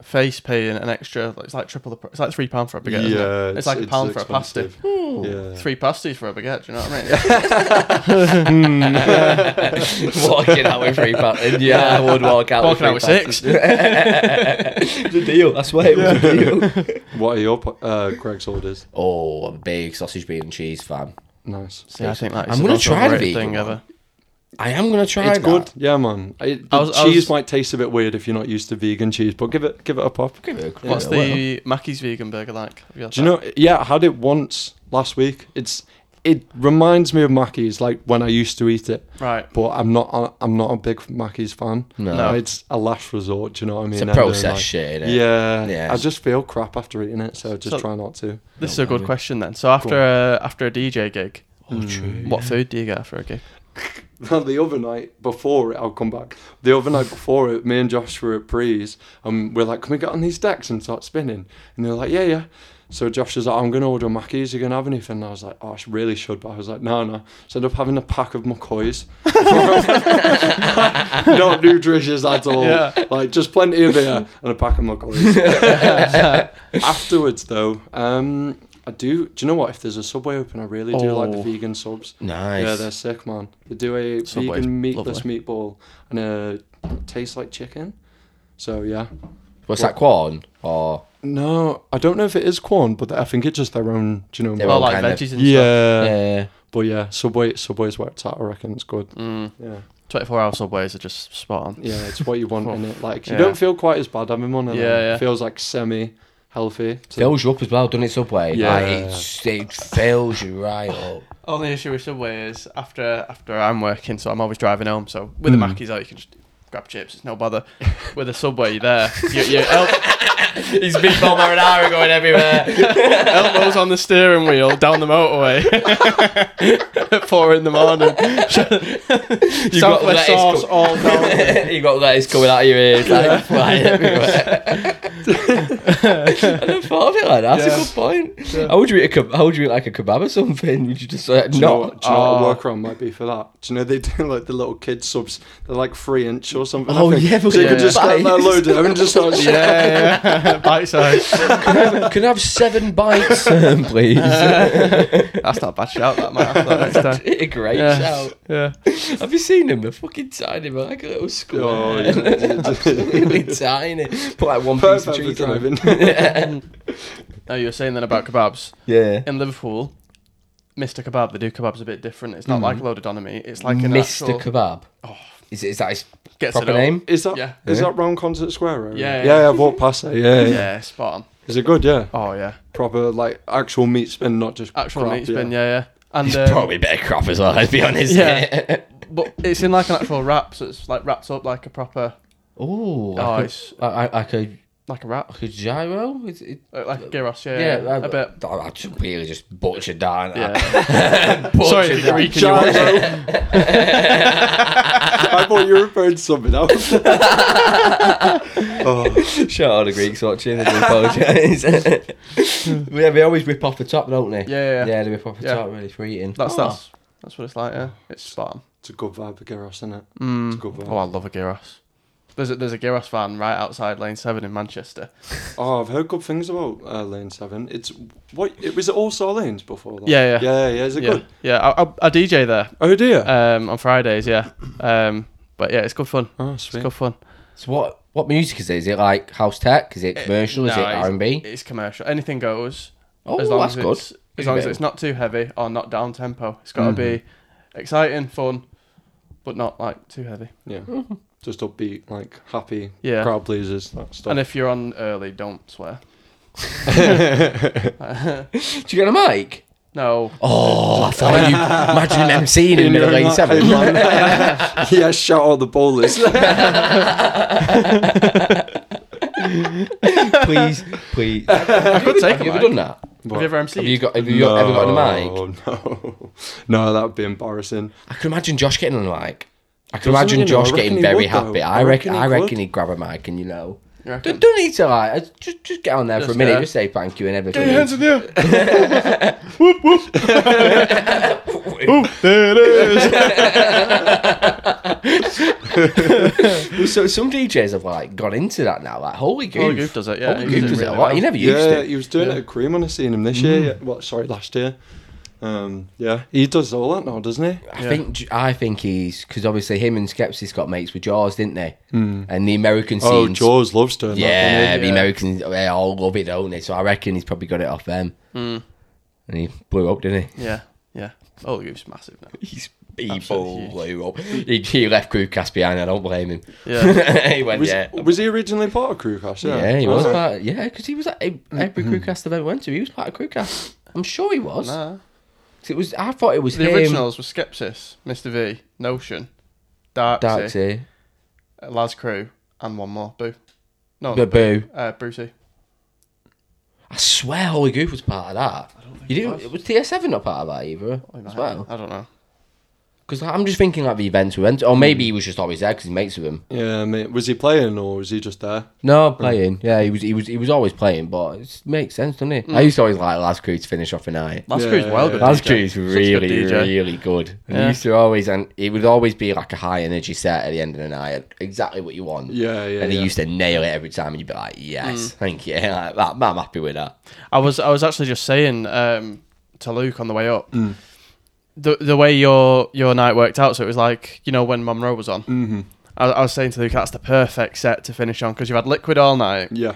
Speaker 1: face paying an extra. It's like triple the. pr- It's like three pound for a baguette. isn't
Speaker 3: yeah,
Speaker 1: it? it's, like a pound for a
Speaker 3: expensive.
Speaker 1: pasty.
Speaker 3: Yeah.
Speaker 1: Three pasties for a baguette. Do you know what I mean?
Speaker 2: Walking out with three passes. Yeah, I would walk out
Speaker 1: Walking out
Speaker 2: with
Speaker 1: with
Speaker 2: three
Speaker 1: six.
Speaker 2: passes. The deal. That's why it was a deal.
Speaker 3: What are your po- uh, Greg's orders?
Speaker 2: Oh, I'm a big sausage, bean, and cheese fan.
Speaker 3: Nice.
Speaker 1: yeah, I think that's
Speaker 2: I'm
Speaker 1: the
Speaker 2: gonna
Speaker 1: most
Speaker 2: try the
Speaker 1: overrated
Speaker 2: vegan
Speaker 1: thing
Speaker 2: one.
Speaker 1: ever.
Speaker 2: I am gonna try
Speaker 3: It's
Speaker 2: that.
Speaker 3: good. Yeah, man. It,
Speaker 1: I
Speaker 3: the
Speaker 1: was- I
Speaker 3: cheese
Speaker 1: was-
Speaker 3: might taste a bit weird if you're not used to vegan cheese, but give it give it a pop.
Speaker 2: Give it a crack.
Speaker 1: What's
Speaker 2: Yeah, well.
Speaker 1: the Mackey's vegan burger like? Have had
Speaker 3: Do you
Speaker 1: that?
Speaker 3: know? Yeah, I had it once last week. It's it reminds me of Mackey's, like when I used to eat it.
Speaker 1: Right.
Speaker 3: But I'm not I'm not a big Mackey's fan.
Speaker 2: No.
Speaker 1: No.
Speaker 3: it's a last resort. Do you know what I mean?
Speaker 2: It's a
Speaker 3: And, uh,
Speaker 2: process
Speaker 3: like-
Speaker 2: shit, innit?
Speaker 3: Yeah,
Speaker 2: Yeah.
Speaker 3: I just feel crap after eating it, so I just
Speaker 1: So-
Speaker 3: try not to.
Speaker 1: This is a good question then. So after a, after a DJ gig, hmm, what food do you get after a gig?
Speaker 3: the other night before it, I'll come back. The other night before it, me and Josh were at Breeze, and we're like, "Can we get on these decks and start spinning?" And they're like, "Yeah, yeah." So Josh was like, "I'm gonna order Mackey's. You gonna have anything?" And I was like, "Oh, I really should," but I was like, "No, no." So I ended up having a pack of McCoys, not nutritious at all.
Speaker 1: Yeah.
Speaker 3: Like just plenty of beer and a pack of McCoys. Afterwards, though, um, I do. Do you know what? If there's a Subway open, I really do like the
Speaker 1: Oh.
Speaker 3: vegan subs.
Speaker 2: Nice.
Speaker 3: Yeah, they're sick, man. They do a
Speaker 1: Subway's
Speaker 3: vegan meatless
Speaker 1: lovely.
Speaker 3: meatball and a tastes like chicken. So yeah.
Speaker 2: What's that corn? Or
Speaker 3: No, I don't know if it is corn, but I think it's just their own. Do you know?
Speaker 2: Their
Speaker 3: what-
Speaker 1: Well,
Speaker 2: all
Speaker 1: like
Speaker 2: kind of-
Speaker 1: veggies and stuff.
Speaker 3: yeah.
Speaker 2: yeah.
Speaker 3: But yeah, Subway Subway's where it's at. I reckon it's good.
Speaker 1: Mm,
Speaker 3: Yeah.
Speaker 1: 24 hour subways are just spot on.
Speaker 3: Yeah, it's what you want in it. Like you
Speaker 1: Yeah.
Speaker 3: don't feel quite as bad having one. and
Speaker 1: Yeah,
Speaker 3: then
Speaker 1: yeah.
Speaker 3: It feels like semi healthy.
Speaker 2: fills you up as well, doesn't it? Subway.
Speaker 3: Yeah.
Speaker 2: Like, it's, it fills you right up.
Speaker 1: Only issue with Subway is after after I'm working, so I'm always driving home. So with the Mackey's out, you can just grab chips, it's no bother. with a Subway, you're oh, there. Your, your el-
Speaker 2: These big bomb marinara going everywhere.
Speaker 1: elbows on the steering wheel down the motorway at four in the morning.
Speaker 2: You got
Speaker 1: Southwest
Speaker 2: lettuce
Speaker 1: sauce
Speaker 2: co-
Speaker 1: all down.
Speaker 2: you got lettuce coming out of your ears, like flying everywhere. I never thought of it like that. That's
Speaker 3: Yeah.
Speaker 2: a good point. How would you eat a keb- How would you eat like a kebab or something? Would you just like,
Speaker 3: Do you know, what,
Speaker 2: not?
Speaker 3: do you know what
Speaker 1: oh.
Speaker 3: a workaround might be for that? Do you know they do like the little kid subs? They're like three inch or something. I
Speaker 2: Oh,
Speaker 3: think.
Speaker 2: yeah, but
Speaker 3: so you could
Speaker 1: yeah.
Speaker 3: just get that
Speaker 2: Bites.
Speaker 3: load of them and just start sharing.
Speaker 1: Yeah, yeah. Bite size.
Speaker 2: Can I have seven bites, um, please?
Speaker 1: That's not a bad shout, that might have that next time.
Speaker 2: a great
Speaker 1: Yeah. yeah.
Speaker 2: shout. Have you seen him? They're fucking tiny, man. Like a little square.
Speaker 3: Oh, yeah.
Speaker 2: really tiny. Put like one piece of
Speaker 3: Perfect for
Speaker 2: cheese on it.
Speaker 3: driving.
Speaker 1: No, you were saying then about kebabs.
Speaker 2: Yeah.
Speaker 1: In Liverpool, Mr. Kebab, they do kebabs a bit different. It's not like loaded on a meat. It's like an
Speaker 2: Mr.
Speaker 1: actual-
Speaker 2: Kebab. Oh. Is, is that his
Speaker 1: Gets it
Speaker 2: proper
Speaker 1: up.
Speaker 2: name?
Speaker 3: Is that
Speaker 1: Yeah.
Speaker 3: is that round Concert Square? Area?
Speaker 1: Yeah,
Speaker 3: yeah,
Speaker 1: yeah.
Speaker 3: I bought past it. Yeah, yeah.
Speaker 1: Yeah, spot on.
Speaker 3: Is it good? Yeah,
Speaker 1: Oh yeah,
Speaker 3: proper like actual meat spin, not just
Speaker 1: actual
Speaker 3: crap,
Speaker 1: meat spin. Yeah, yeah. And
Speaker 2: He's
Speaker 1: um,
Speaker 2: probably better crap as well, let's be honest.
Speaker 1: Yeah. but it's in like an actual wrap, so it's like wrapped up like a proper,
Speaker 2: Ooh,
Speaker 1: Oh,
Speaker 2: like,
Speaker 1: it's-
Speaker 2: a, like, like a
Speaker 1: like a wrap,
Speaker 2: like a gyro? Is it,
Speaker 1: Uh, like a gyros. Yeah,
Speaker 2: yeah,
Speaker 1: yeah,
Speaker 2: I,
Speaker 1: a bit.
Speaker 2: I, I just really just butchered down.
Speaker 1: Yeah. Sorry,
Speaker 2: butchered
Speaker 1: if you're
Speaker 2: that.
Speaker 1: Greek and you watch it.
Speaker 3: I thought you were referring to something else. oh,
Speaker 2: Shout out to Greeks watching. They do apologise. yeah, they always rip off the top, don't they?
Speaker 1: Yeah, yeah, yeah.
Speaker 2: Yeah, they rip off the
Speaker 1: Yeah.
Speaker 2: top, really, for eating.
Speaker 1: That's
Speaker 2: Oh.
Speaker 1: that's that's what it's like. Yeah, it's spot on.
Speaker 3: it's a good vibe, Garros, isn't it?
Speaker 1: Mm.
Speaker 3: It's a good vibe.
Speaker 1: Oh, I love a gyros. There's a, there's a gyros van right outside Lane Seven in Manchester.
Speaker 3: Oh, I've heard good things about uh, Lane Seven. It's what it was. It all saw lanes before. That?
Speaker 1: Yeah, yeah.
Speaker 3: yeah, yeah. Is it
Speaker 1: yeah,
Speaker 3: good?
Speaker 1: yeah. I, I, I DJ there
Speaker 3: Oh dear.
Speaker 1: um, on Fridays. Yeah, um, but yeah, it's good fun.
Speaker 3: oh
Speaker 1: It's
Speaker 3: sweet.
Speaker 1: good fun.
Speaker 2: So what? What music is it? Is it like house tech? Is it commercial? is
Speaker 1: no,
Speaker 2: it
Speaker 1: Eh, it's-
Speaker 2: R and B?
Speaker 1: It's commercial. Anything goes.
Speaker 2: Oh,
Speaker 1: as long
Speaker 2: that's
Speaker 1: as
Speaker 2: good.
Speaker 1: it's,
Speaker 2: It's
Speaker 1: As
Speaker 2: a
Speaker 1: long
Speaker 2: bit
Speaker 1: as
Speaker 2: of-
Speaker 1: it's not too heavy or not down tempo, it's got to be
Speaker 2: Mm-hmm.
Speaker 1: exciting, fun, but not like too heavy.
Speaker 3: Yeah. Just upbeat, like happy,
Speaker 1: Yeah.
Speaker 3: crowd pleasers, that stuff.
Speaker 1: And if you're on early, don't swear.
Speaker 2: Do you get a mic?
Speaker 1: No,
Speaker 2: Oh, I thought you imagine an MC in the middle of
Speaker 3: You're
Speaker 2: lane
Speaker 3: not
Speaker 2: seven.
Speaker 3: headlining. yeah, shout out the bowlers.
Speaker 2: please, please. I
Speaker 1: could take
Speaker 2: Have
Speaker 1: a
Speaker 2: you ever
Speaker 1: mic.
Speaker 2: done that?
Speaker 1: have you ever MC'd?
Speaker 2: Have you got? Have you ever gotten a mic?
Speaker 3: No, no, that would be embarrassing.
Speaker 2: I can imagine Josh getting on a mic. I can
Speaker 3: Doesn't
Speaker 2: imagine
Speaker 3: he, though? I
Speaker 2: Josh
Speaker 3: reckon
Speaker 2: getting
Speaker 3: he
Speaker 2: very
Speaker 3: would, though.
Speaker 2: happy.
Speaker 3: I
Speaker 2: I reckon.
Speaker 3: reckon he
Speaker 2: I
Speaker 3: would.
Speaker 2: reckon he'd grab a mic and you know.
Speaker 1: You reckon?
Speaker 2: Don't, don't need to like just just get on there for a
Speaker 1: Just,
Speaker 2: minute.
Speaker 1: uh,
Speaker 2: Just say thank you and everything.
Speaker 1: Get your hands in the air. Whoop, whoop. Whoop, there it is.
Speaker 2: Well, so some DJs have like gone into that now. Like Holy Goof,
Speaker 1: Holy Goof does it, yeah,
Speaker 2: Holy
Speaker 1: he
Speaker 2: Goof
Speaker 1: does it
Speaker 2: does it a
Speaker 1: really
Speaker 2: lot.
Speaker 1: well.
Speaker 2: He never used
Speaker 3: yeah,
Speaker 2: it.
Speaker 3: he was doing it at Cream when I seen him this year. Well, sorry, last year. Um, yeah, he does all that now, doesn't he?
Speaker 2: I think I think he's because obviously him and Skepsis got mates with Jaws, didn't they? Mm. And the American scene.
Speaker 3: Oh, Jaws loves doing that.
Speaker 2: Yeah,
Speaker 1: Yeah.
Speaker 2: the Americans they all love it, don't they? So I reckon he's probably got it off them. And he blew up, didn't he?
Speaker 1: Yeah, yeah. Holy Goof's massive now.
Speaker 2: He's he
Speaker 1: Absolutely huge.
Speaker 2: blew up. He, he left Crew Cast behind. I don't blame him.
Speaker 1: Yeah.
Speaker 2: he went
Speaker 3: Was,
Speaker 2: yeah.
Speaker 3: was he originally part of Crew Cash? Yeah,
Speaker 2: Yeah, he was
Speaker 3: Oh,
Speaker 2: part. Yeah, because he was at ev- every crewcast I've ever went to. He was part of crewcast. I'm sure he was.
Speaker 1: Nah.
Speaker 2: It was. I thought it was
Speaker 1: Uh, The
Speaker 2: him.
Speaker 1: originals were Skepsis, Mr. V, Notion, Darksy,
Speaker 2: Darksy,
Speaker 1: Laz Crew, and one more. Boo. No,
Speaker 2: Baboo.
Speaker 1: uh, Brucey.
Speaker 2: I swear, Holy Goof was part of that. you didn't. Was TS7 not part of that either as well?
Speaker 1: I don't know.
Speaker 2: Because I'm just thinking like the events we went, to, or maybe he was just always there because he mates with him.
Speaker 3: yeah, mate. Was he playing or was he just there?
Speaker 2: No, playing. Yeah, he was. He was. He was always playing, but it makes sense, doesn't it? I used to always like Last Crew to finish off a night.
Speaker 1: Laz
Speaker 3: Yeah,
Speaker 1: Crew's well
Speaker 3: yeah,
Speaker 1: good.
Speaker 3: yeah.
Speaker 2: Last
Speaker 1: DJ.
Speaker 2: Crew is
Speaker 1: Such a good
Speaker 2: really,
Speaker 1: DJ.
Speaker 2: really good. And he
Speaker 1: Yeah.
Speaker 2: used to always, and it would always be like a high energy set at the end of the night, exactly what you want.
Speaker 3: Yeah, yeah.
Speaker 2: and he
Speaker 3: yeah.
Speaker 2: used to nail it every time, and you'd be like, "Yes, thank you." Like that, I'm happy with that.
Speaker 1: I was I was actually just saying um, to Luke on the way up
Speaker 2: Mm.
Speaker 1: the the way your your night worked out. So it was like you know when Monroe was on. Mm-hmm. I, I was saying to Luke, that's the perfect set to finish on because you've had liquid all night,
Speaker 3: yeah,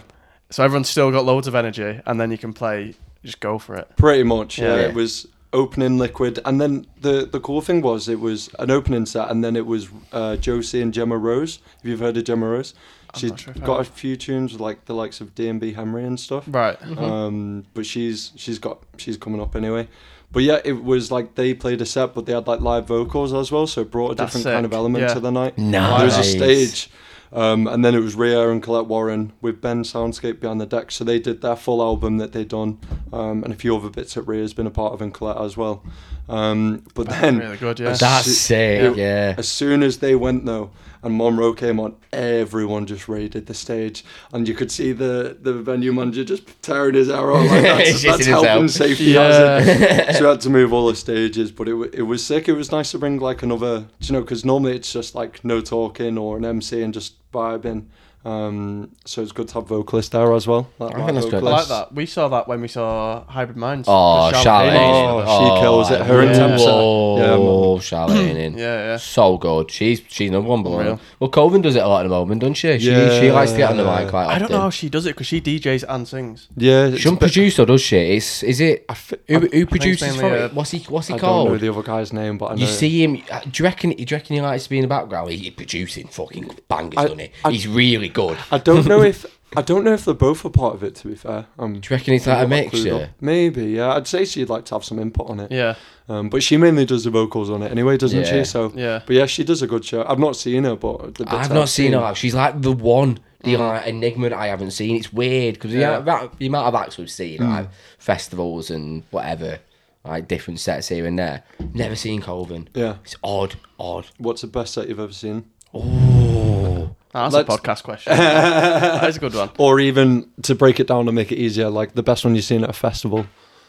Speaker 1: so everyone's still got loads of energy, and then you can play. Just go for it.
Speaker 3: pretty much. Yeah.
Speaker 2: Yeah.
Speaker 3: it was opening liquid, and then the the cool thing was it was an opening set, and then it was uh, Josie and Gemma Rose. Have you heard of Gemma Rose? She's
Speaker 1: not sure if I
Speaker 3: got a
Speaker 1: have.
Speaker 3: few tunes with like the likes of D and B Henry and stuff.
Speaker 1: Right.
Speaker 3: Um, but she's she's got she's coming up anyway. But yeah, it was like they played a set, but they had like live vocals as well, so it brought a
Speaker 1: That's
Speaker 3: different kind of
Speaker 1: sick,
Speaker 3: element
Speaker 1: yeah.
Speaker 3: to the night.
Speaker 2: Nice.
Speaker 3: There was a stage, um, and then it was Rhea and Colette Warren with Ben Soundscape behind the deck. So they did their full album that they'd done, um, and a few other bits that Rhea's been a part of and Colette as well. Um, but then
Speaker 1: really good, yeah.
Speaker 3: as
Speaker 2: That's
Speaker 3: soo-
Speaker 2: sick, yeah.
Speaker 3: As soon as they went though, and Monroe came on, everyone just raided the stage, and you could see the, the venue manager just tearing his hair out. Like,
Speaker 2: He's just
Speaker 3: that's that's
Speaker 2: in his
Speaker 3: health and
Speaker 2: help.
Speaker 3: safety.
Speaker 1: Yeah.
Speaker 3: hazard. so we had to move all the stages, but it wa- it was sick. It was nice to bring like another, do you know, because normally it's just like no talking or an MC and just vibing. Um, so it's good to have vocalists there as well.
Speaker 2: I
Speaker 3: Like,
Speaker 2: think
Speaker 3: live
Speaker 2: that's good.
Speaker 1: I like
Speaker 3: vocalists.
Speaker 1: that. We saw that when we saw Hybrid Minds.
Speaker 2: Oh,
Speaker 1: with
Speaker 2: Charlotte.
Speaker 1: Haynes.
Speaker 3: Haynes. Oh, she kills it. Her and Tamsin. Yeah,
Speaker 2: Whoa,
Speaker 3: man.
Speaker 2: Charlotte Haynes.
Speaker 1: Yeah, yeah.
Speaker 2: So good. She's she's number one below.
Speaker 1: Unreal.
Speaker 2: Well, Colvin does it a lot at the moment, doesn't she? She, she
Speaker 3: Yeah.
Speaker 2: likes to get on the mic quite often.
Speaker 1: I don't know how she does it because she DJs and sings.
Speaker 3: Yeah, it's
Speaker 2: She doesn't
Speaker 3: a bit-
Speaker 2: produce or does she? It's is it
Speaker 3: thi-
Speaker 2: who,
Speaker 3: I- I
Speaker 2: who
Speaker 3: think it's
Speaker 2: produces
Speaker 1: mainly,
Speaker 2: for
Speaker 1: uh,
Speaker 2: it? What's he what's he
Speaker 3: I don't know
Speaker 2: called?
Speaker 3: the other guy's name, but I know
Speaker 2: You see him. uh, Do you reckon? Do you reckon he likes to be in the background? He- He's producing fucking bangers,
Speaker 3: I-
Speaker 2: doesn't he?
Speaker 3: I-
Speaker 2: He's really good.
Speaker 3: I don't know if I don't know if they're both a part of it. To be fair,
Speaker 2: Do
Speaker 3: um,
Speaker 2: you reckon it's like a
Speaker 3: I'm not clued
Speaker 2: mixture?
Speaker 3: up. Maybe, yeah. I'd say she'd like to have some input on it.
Speaker 1: Yeah.
Speaker 3: Um, but she mainly does the vocals on it anyway, doesn't
Speaker 2: Yeah.
Speaker 3: she? So
Speaker 1: Yeah.
Speaker 3: But yeah, she does a good show. I've not seen her, but the bits
Speaker 2: I've not seen her. like, She's like the one, the like, enigma that I haven't seen. It's weird because
Speaker 1: Yeah.
Speaker 2: the, amount- the amount of acts we've seen, like festivals and whatever, like different sets here and there. Never seen Colvin.
Speaker 3: Yeah.
Speaker 2: It's odd, odd.
Speaker 3: What's the best set you've ever seen?
Speaker 2: Oh,
Speaker 1: Ah, that's a
Speaker 3: Let's-
Speaker 1: podcast question. that is a good one.
Speaker 3: Or even to break it down and make it easier, like the best one you've seen at a festival,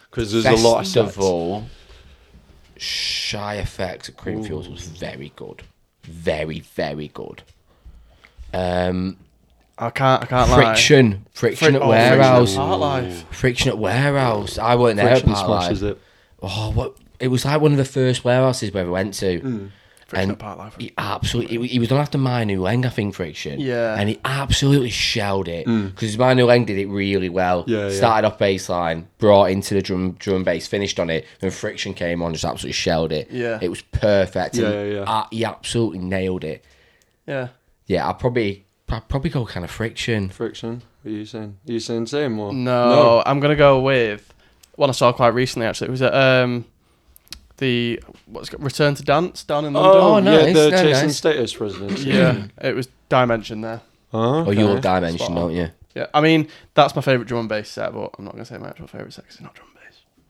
Speaker 3: because there's a lot of sets.
Speaker 2: festival. Shy Effects at Creamfields was very good, very very good. Um,
Speaker 1: I can't. I can't lie.
Speaker 2: friction, friction
Speaker 1: Fric-
Speaker 2: at
Speaker 1: oh,
Speaker 2: warehouse,
Speaker 1: Friction at Part Life.
Speaker 2: friction at warehouse. I weren't there.
Speaker 3: Friction
Speaker 2: at Part
Speaker 3: smashes
Speaker 2: Life.
Speaker 3: it.
Speaker 2: oh, what it was like one of the first warehouses where we went to.
Speaker 1: Hmm. Friction at Park Life.
Speaker 2: He absolutely, he, he was on after Manu Leng, I think, Friction.
Speaker 1: Yeah. Hmm.
Speaker 2: And he absolutely shelled it because Manu Leng did it really well.
Speaker 3: Yeah, yeah.
Speaker 2: Started off baseline, brought into the drum drum bass, finished on it, and Friction came on, just absolutely shelled it.
Speaker 1: Yeah.
Speaker 2: It was perfect.
Speaker 3: Yeah,
Speaker 2: and
Speaker 3: yeah, yeah.
Speaker 2: uh, he absolutely nailed it.
Speaker 1: Yeah.
Speaker 2: Yeah, I'd probably, I'd probably go kind of Friction.
Speaker 3: Friction. What are you saying? Are you saying same or
Speaker 1: No, I'm gonna go with one I saw quite recently. Actually, it was at um, the what's it, Return to Dance down in London.
Speaker 3: Oh,
Speaker 2: Oh,
Speaker 3: yeah,
Speaker 2: nice,
Speaker 3: the
Speaker 2: no,
Speaker 3: Jason
Speaker 2: nice.
Speaker 3: Status residency.
Speaker 1: Yeah, it was Dimension there.
Speaker 3: Oh,
Speaker 2: Oh, you
Speaker 3: okay.
Speaker 2: love Dimension,
Speaker 1: Spot on.
Speaker 2: don't you?
Speaker 1: Yeah, I mean that's my favorite drum and bass set, but I'm not gonna say my actual favorite set 'cause it's not drum and bass.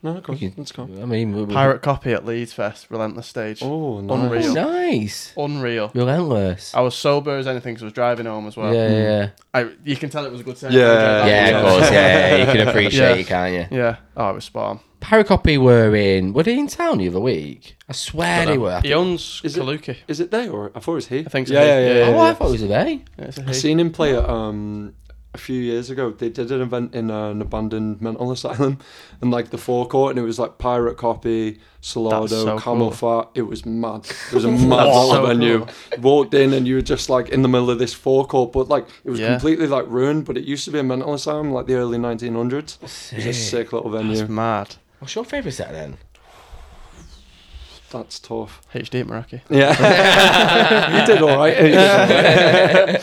Speaker 3: No, go on.
Speaker 2: You can-
Speaker 3: Let's go.
Speaker 2: I mean, we- we-
Speaker 1: Pirate Copy at Leeds Fest, Relentless Stage.
Speaker 3: Oh,
Speaker 2: Mm-hmm.
Speaker 3: nice.
Speaker 2: Oh,
Speaker 1: Unreal.
Speaker 2: nice,
Speaker 1: Unreal.
Speaker 2: relentless.
Speaker 3: Oh,
Speaker 1: I was sober as anything because I was driving home as well.
Speaker 3: Hmm.
Speaker 2: yeah, yeah,
Speaker 1: I, you can tell it was a good set.
Speaker 3: Yeah.
Speaker 2: yeah. yeah, of course. Yeah, you can appreciate
Speaker 1: Yeah.
Speaker 2: it, can't you?
Speaker 1: Yeah. Oh, it was spot on.
Speaker 2: Paracopy were in. Were they in town the other week? I swear they were. I
Speaker 1: He owns
Speaker 3: Is it-
Speaker 1: Kaluki.
Speaker 3: Is it they or I thought it was he?
Speaker 1: I think so,
Speaker 3: Yeah,
Speaker 1: he.
Speaker 3: yeah, yeah.
Speaker 1: Yeah,
Speaker 3: yeah,
Speaker 2: oh, I
Speaker 3: yeah.
Speaker 2: thought it was a they.
Speaker 1: Yeah, it's a
Speaker 3: I
Speaker 1: he.
Speaker 3: seen him play at, um, a few years ago. They did an event in uh, an abandoned mental asylum, and like the forecourt, and it was like pirate copy, Salado,
Speaker 1: That's so
Speaker 3: camel
Speaker 1: cool.
Speaker 3: fat. It was mad. It was a mad
Speaker 1: That's
Speaker 3: little
Speaker 1: so
Speaker 3: venue. Walked in, and you were just like in the middle of this forecourt, but like it was
Speaker 1: Yeah.
Speaker 3: completely like ruined. But it used to be a mental asylum, like the early 1900s. It was a sick little venue.
Speaker 1: It's
Speaker 3: That's,
Speaker 1: mad.
Speaker 2: What's your favourite set then?
Speaker 3: tough.
Speaker 1: HD at Meraki.
Speaker 3: Yeah, you did all right. You did all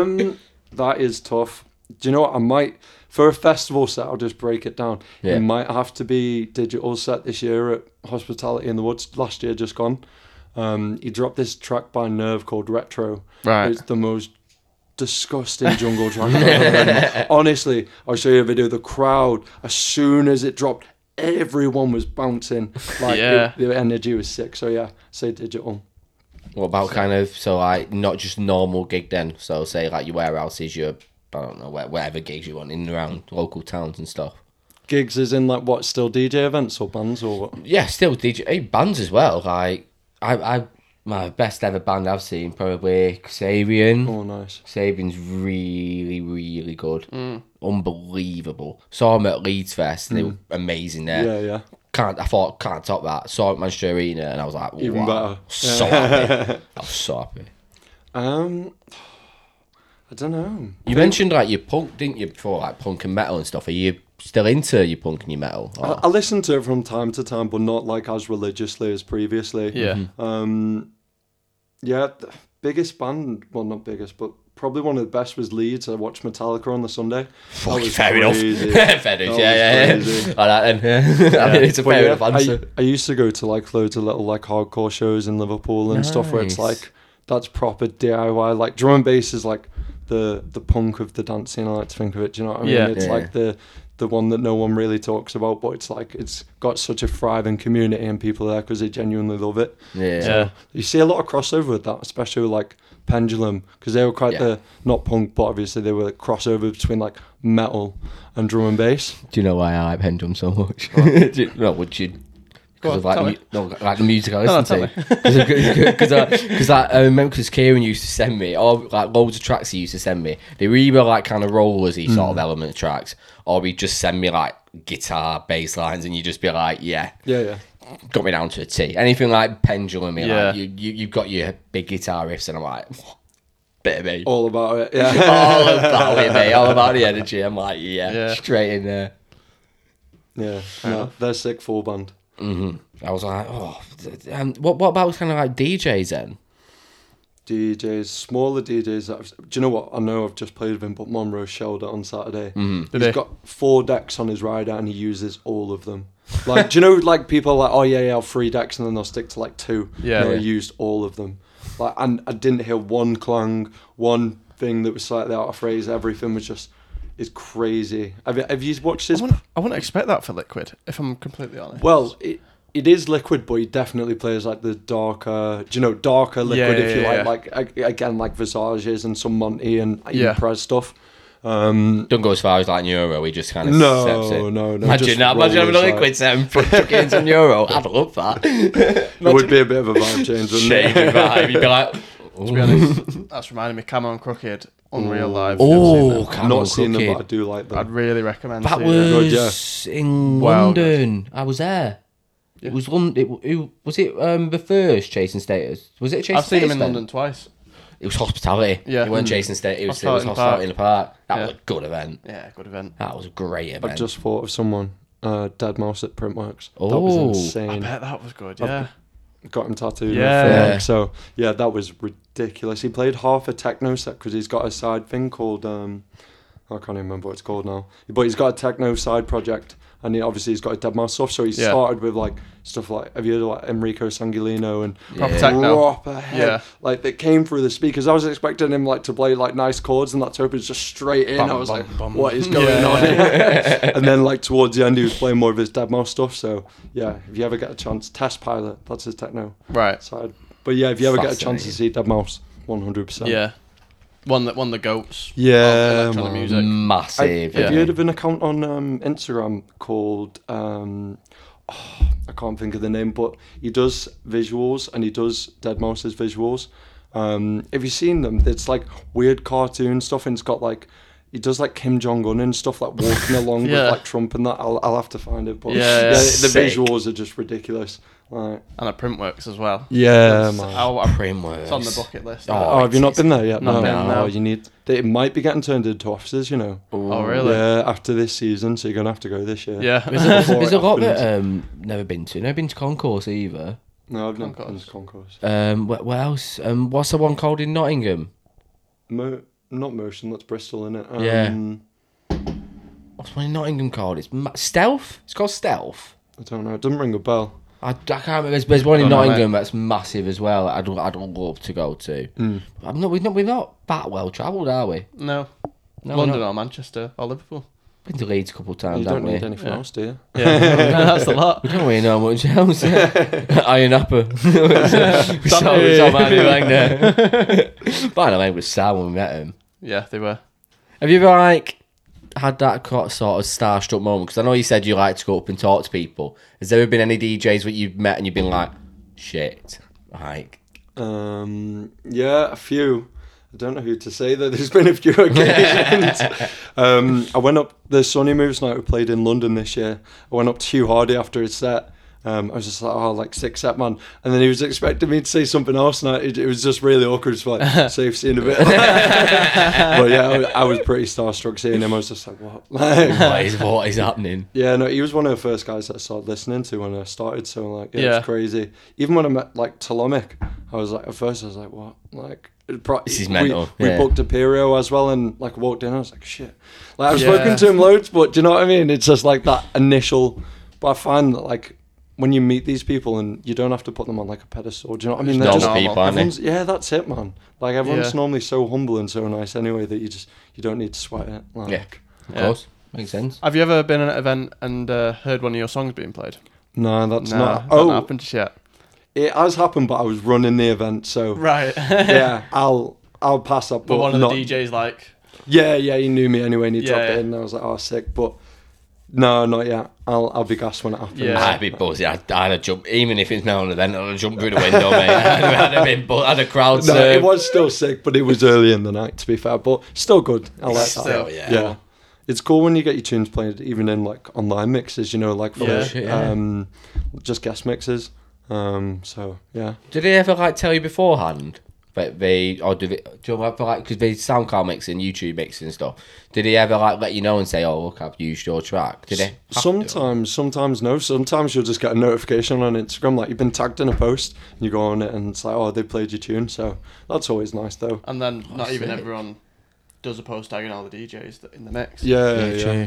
Speaker 3: right. um, that is tough. Do you know what? I might for a festival set. I'll just break it down.
Speaker 2: Yeah.
Speaker 3: It might have to be digital set this year at Hospitality in the Woods. Last year, just gone. Um, he dropped this track by Nerve called Retro.
Speaker 1: Right.
Speaker 3: It's the most disgusting jungle track. I've ever heard. Honestly, I'll show you a video. The crowd, as soon as it dropped, everyone was bouncing. Like
Speaker 1: Yeah.
Speaker 3: the, the energy was sick. So yeah, say digital.
Speaker 2: What about kind of so like not just normal gig then? So say like your warehouses, your I don't know where- whatever gigs you want in and around local towns and stuff.
Speaker 3: gigs is in like what still DJ events or bands or what?
Speaker 2: Yeah, still DJ eh, bands as well. Like I, I my best ever band I've seen probably Kasabian.
Speaker 3: Oh, nice.
Speaker 2: Sabian's really, really good.
Speaker 3: Mm.
Speaker 2: Unbelievable. Saw him at Leeds Fest and they were amazing there.
Speaker 3: Yeah, yeah.
Speaker 2: Can't I thought can't top that. Saw him at Manchester Arena and I was like,
Speaker 3: Even
Speaker 2: wow.
Speaker 3: better.
Speaker 2: So happy. I was so happy.
Speaker 3: Um, I don't know.
Speaker 2: You mentioned like your punk, didn't you, before like punk and metal and stuff. Are you still into your punk and your metal?
Speaker 3: I,
Speaker 2: Or-
Speaker 3: I listen to it from time to time, but not like as religiously as previously.
Speaker 2: Mm-hmm.
Speaker 1: Yeah.
Speaker 3: Um, yeah. The biggest band, well, not biggest, but probably one of the best was Leeds. I watched Metallica on the Sunday. That was
Speaker 2: Oh, fair
Speaker 3: crazy.
Speaker 2: enough. fair enough.
Speaker 3: was
Speaker 2: Yeah, yeah, yeah.
Speaker 3: crazy.
Speaker 2: Like that then. I mean, it's a
Speaker 3: But
Speaker 2: fair
Speaker 3: yeah,
Speaker 2: enough answer.
Speaker 3: I, I used to go to like loads of little like hardcore shows in Liverpool and stuff where it's
Speaker 2: Nice.
Speaker 3: like that's proper DIY. Like drum and bass is like the the punk of the dance scene. I like to think of it. Do you know what I mean?
Speaker 1: Yeah.
Speaker 3: It's
Speaker 2: Yeah.
Speaker 3: like the the one that no one really talks about, but it's like it's got such a thriving community and people there because they genuinely love it.
Speaker 2: yeah.
Speaker 1: Yeah.
Speaker 3: You see a lot of crossover with that, especially with like Pendulum, because they were quite
Speaker 2: Yeah.
Speaker 3: the not punk, but obviously they were like crossover between like metal and drum and bass.
Speaker 2: Do you know why I like Pendulum so much? Do you, no, would you?
Speaker 1: Go
Speaker 2: Because
Speaker 1: on,
Speaker 2: of like,
Speaker 1: tell
Speaker 2: mu-
Speaker 1: me.
Speaker 2: no, like the music I
Speaker 1: No,
Speaker 2: listen to. Because I, 'cause I, I remember because Kieran used to send me, or like loads of tracks he used to send me. They were either like kind of rollersy sort
Speaker 1: Mm.
Speaker 2: of element tracks, or he'd just send me like guitar bass lines, and you'd just be like, yeah,
Speaker 3: Yeah, yeah.
Speaker 2: got me down to a T. Anything like pendulum, yeah.
Speaker 1: Yeah.
Speaker 2: like you, you, you've got your big guitar riffs, and I'm like, bit of me.
Speaker 1: Oh.
Speaker 2: All
Speaker 3: All about it. Yeah.
Speaker 2: about it, mate. All about the energy. I'm like, yeah,
Speaker 1: Yeah.
Speaker 2: straight in there.
Speaker 3: Yeah, no, they're sick full band.
Speaker 2: I was like, oh, th- th- um, what, what about kind of like DJs then?
Speaker 3: DJs, smaller DJs. That I've, do you know what? I know I've just played with him, but Monroe shelled it on Saturday. Mm.
Speaker 1: Did
Speaker 3: He's
Speaker 1: he?
Speaker 3: got four decks on his rider and he uses all of them. Like, do you know, like people are like, oh yeah, yeah, I'll three decks and then they'll stick to like two.
Speaker 1: Yeah.
Speaker 3: no,
Speaker 1: Yeah.
Speaker 3: he used all of them. Like, and I didn't hear one clang, one thing that was slightly out of phrase. Everything was just, it's crazy. Have you, have you watched
Speaker 1: I
Speaker 3: his?
Speaker 1: wouldn't, I wouldn't expect that for Liquid, if I'm completely honest.
Speaker 3: Well, it it is liquid, but he definitely plays like the darker, do you know, darker liquid
Speaker 1: Yeah,
Speaker 3: if you
Speaker 1: yeah,
Speaker 3: like, like a- again like Visages and some Monty and
Speaker 1: Yeah.
Speaker 3: Impress stuff. Um,
Speaker 2: Don't go as far as like Neuro, he just kind of steps
Speaker 3: no,
Speaker 2: it.
Speaker 3: no, no.
Speaker 2: Imagine
Speaker 3: just
Speaker 2: that. Imagine having a
Speaker 3: rollers out.
Speaker 2: liquid set and chucking in some Neuro. I'd love that.
Speaker 3: It would be a bit of a vibe change, wouldn't
Speaker 2: Shady
Speaker 3: it?
Speaker 2: vibe. You'd be like,
Speaker 1: to be honest, that's reminding me Cameron Crooked, Unreal Live.
Speaker 2: oh,
Speaker 3: I've
Speaker 2: Cameron
Speaker 3: not seen them,
Speaker 2: Crooked.
Speaker 3: but I do like
Speaker 1: I'd
Speaker 3: them.
Speaker 1: really recommend
Speaker 2: That
Speaker 1: seeing it.
Speaker 2: was in
Speaker 1: Wow, guys.
Speaker 2: London. I was there. It was London. It, who was it? Um, the first Chasing Status. Was it Chasing
Speaker 1: I've seen
Speaker 2: Status?
Speaker 1: him in
Speaker 2: then?
Speaker 1: London twice.
Speaker 2: It was hospitality.
Speaker 1: Yeah.
Speaker 2: it wasn't Chasing Status. It was, it
Speaker 1: Hospitality
Speaker 2: was
Speaker 1: in the
Speaker 2: hospitality in the park. That was
Speaker 1: Yeah.
Speaker 2: a good event.
Speaker 1: Yeah, good event.
Speaker 2: That was a great event.
Speaker 3: I've just thought of someone. Uh, Dead Mouse at Printworks. that
Speaker 2: Oh.
Speaker 3: was
Speaker 1: I
Speaker 3: insane.
Speaker 1: bet that was good, yeah.
Speaker 3: Got him tattooed.
Speaker 1: Yeah.
Speaker 3: Yeah.
Speaker 2: Yeah.
Speaker 3: so yeah, that was ridiculous. He played half a techno set because he's got a side thing called um, I can't even remember what it's called now. But he's got a techno side project, and he obviously he's got his dead mouse stuff. So he
Speaker 1: Yeah.
Speaker 3: started with like stuff like have you heard of like Enrico Sanguilino and
Speaker 1: Proper techno.
Speaker 3: proper head,
Speaker 1: Yeah.
Speaker 3: like that came through the speakers. I was expecting him like to play like nice chords and that to open just straight in. I was
Speaker 2: bum,
Speaker 3: like,
Speaker 2: bum.
Speaker 3: what is going
Speaker 1: Yeah.
Speaker 3: on? here? and then like towards the end, he was playing more of his dead mouse stuff. So yeah, if you ever get a chance, Test Pilot, that's his techno
Speaker 1: Right.
Speaker 3: side. But yeah, if you ever get a chance to
Speaker 2: Fascinating.
Speaker 3: see Dead Mouse, one hundred percent.
Speaker 1: Yeah. One that won the goats. of
Speaker 3: Yeah, um,
Speaker 1: electronic
Speaker 3: man.
Speaker 1: music.
Speaker 2: Massive.
Speaker 1: I-
Speaker 3: Have
Speaker 2: yeah.
Speaker 3: you heard of an account on um, Instagram called um, oh, I can't think of the name, but he does visuals and he does Dead Mouse's visuals. Um, have you seen them? It's like weird cartoon stuff, and it's got like he does like Kim Jong Un and stuff like walking along
Speaker 1: Yeah.
Speaker 3: with like Trump and that. I'll, I'll have to find it, but
Speaker 1: Yeah, yeah.
Speaker 3: the
Speaker 2: Sick.
Speaker 3: visuals are just ridiculous. Like,
Speaker 1: And at Printworks as well.
Speaker 3: yeah,
Speaker 1: It's-
Speaker 3: man.
Speaker 1: oh, I'm-
Speaker 2: Primworks.
Speaker 1: it's on the bucket list.
Speaker 2: Oh.
Speaker 3: Oh, have you
Speaker 2: it
Speaker 3: not
Speaker 2: is.
Speaker 3: been there yet?
Speaker 1: Not
Speaker 3: No,
Speaker 1: been,
Speaker 3: no,
Speaker 1: no.
Speaker 3: You need. They, it might be getting turned into offices. You know.
Speaker 1: Oh, really?
Speaker 3: Yeah, after this season, so you're gonna have to go this year.
Speaker 1: Yeah.
Speaker 2: There's a,
Speaker 3: Before
Speaker 2: there's
Speaker 3: it
Speaker 2: a lot
Speaker 3: happens.
Speaker 2: that um never been to. Never been to concourse either.
Speaker 3: No, I've not been
Speaker 1: Concourse.
Speaker 3: to concourse.
Speaker 2: Um, what, what else? Um, what's the one called in Nottingham?
Speaker 3: Mo- not motion. That's Bristol, isn't it? Um,
Speaker 2: Yeah. What's one in Nottingham called? It's ma- Stealth. It's called Stealth.
Speaker 3: I don't know. It doesn't ring a bell.
Speaker 2: I, I can't remember. There's, there's one in
Speaker 1: Don't know,
Speaker 2: Nottingham that's massive as well. I'd I'd love to go to.
Speaker 3: Hmm.
Speaker 2: I'm not. We're not. We're not that well travelled, are we?
Speaker 1: No.
Speaker 2: No, we're
Speaker 1: London
Speaker 2: not.
Speaker 1: or Manchester or Liverpool.
Speaker 2: Been to Leeds a couple of
Speaker 3: you
Speaker 2: times,
Speaker 3: don't
Speaker 2: haven't
Speaker 3: need
Speaker 2: we?
Speaker 3: anything
Speaker 1: Yeah.
Speaker 3: else, do you?
Speaker 1: Yeah. that's a lot.
Speaker 2: We don't really know much else. Iron Upper. we saw, we saw Manny Wagner. By the way, it was sad when we met him.
Speaker 1: Yeah, they were.
Speaker 2: Have you ever like had that co- sort of starstruck moment? Because I know you said you like to go up and talk to people. Has there ever been any DJs that you've met and you've been like, shit, like
Speaker 3: Um, yeah, a few. I don't know who to say though. There's been a few occasions. um, I went up the Sunny Moves night we played in London this year. I went up to Hugh Hardy after his set. Um, I was just like, oh, like six set man, and then he was expecting me to say something else, and I, it, it was just really awkward. It's like safe seeing a bit. but yeah, I was, I was pretty starstruck seeing him. I was just like, what? Like,
Speaker 2: what is what is happening?
Speaker 3: yeah, no, he was one of the first guys that I started listening to when I started. So like, yeah,
Speaker 1: Yeah.
Speaker 3: it's crazy. Even when I met like Telomic, I was like, at first I was like, what? Like, it pro-
Speaker 2: This is
Speaker 3: we-
Speaker 2: mental,
Speaker 3: We,
Speaker 2: yeah.
Speaker 3: booked a Imperial as well, and like walked in, I was like, shit. Like I've
Speaker 1: Yeah.
Speaker 3: spoken to him loads, but do you know what I mean? It's just like that initial. But I find that like when you meet these people and you don't have to put them on like a pedestal. Do you know what I mean?
Speaker 2: Normal
Speaker 1: just-
Speaker 2: people, aren't
Speaker 3: everyone's-
Speaker 2: they?
Speaker 3: yeah, that's it, man. Like everyone's
Speaker 1: Yeah.
Speaker 3: normally so humble and so nice anyway that you just you don't need to sweat it. Like,
Speaker 2: Yeah, of
Speaker 1: Yeah.
Speaker 2: course, makes sense.
Speaker 1: Have you ever been at an event and uh, heard one of your songs being played?
Speaker 3: No, that's
Speaker 1: No,
Speaker 3: not.
Speaker 1: it's
Speaker 3: Oh,
Speaker 1: not happened just yet.
Speaker 3: It has happened, but I was running the event, so
Speaker 1: Right.
Speaker 3: yeah, I'll I'll pass up.
Speaker 1: but one of the
Speaker 3: not-
Speaker 1: DJs like,
Speaker 3: Yeah, yeah, he knew me anyway, and he
Speaker 1: Yeah,
Speaker 3: dropped
Speaker 1: yeah.
Speaker 3: it in. And I was like, oh, sick, but no, not yet. I'll I'll be gassed when it happens.
Speaker 1: Yeah.
Speaker 2: I'd be buzzy. I'd, I'd have jumped, even if it's now an event, I'd have jumped through the window, mate. I'd, I'd have been, bu- I'd have crowd
Speaker 3: No,
Speaker 2: surfed.
Speaker 3: it was still sick, but it was early in the night. To be fair, but still good. I like that.
Speaker 1: Still,
Speaker 2: yeah.
Speaker 3: It's cool when you get your tunes played, even in like online mixes. You know, like for
Speaker 1: Yeah.
Speaker 2: Shit, yeah.
Speaker 3: um, just guest mixes. Um, so yeah,
Speaker 2: Did they ever like tell you beforehand? But they or do they do you ever like because they SoundCloud mixing, YouTube mixing and stuff. Did he ever like let you know and say, "Oh, look, I've used your track"? Did they?
Speaker 3: Sometimes, sometimes no. Sometimes you'll just get a notification on Instagram like you've been tagged in a post, and you go on it, and it's like, oh, they played your tune. So that's always nice, though.
Speaker 1: and then not even
Speaker 2: sick.
Speaker 1: everyone does a post tagging all the DJs that- in the mix.
Speaker 3: Yeah, yeah.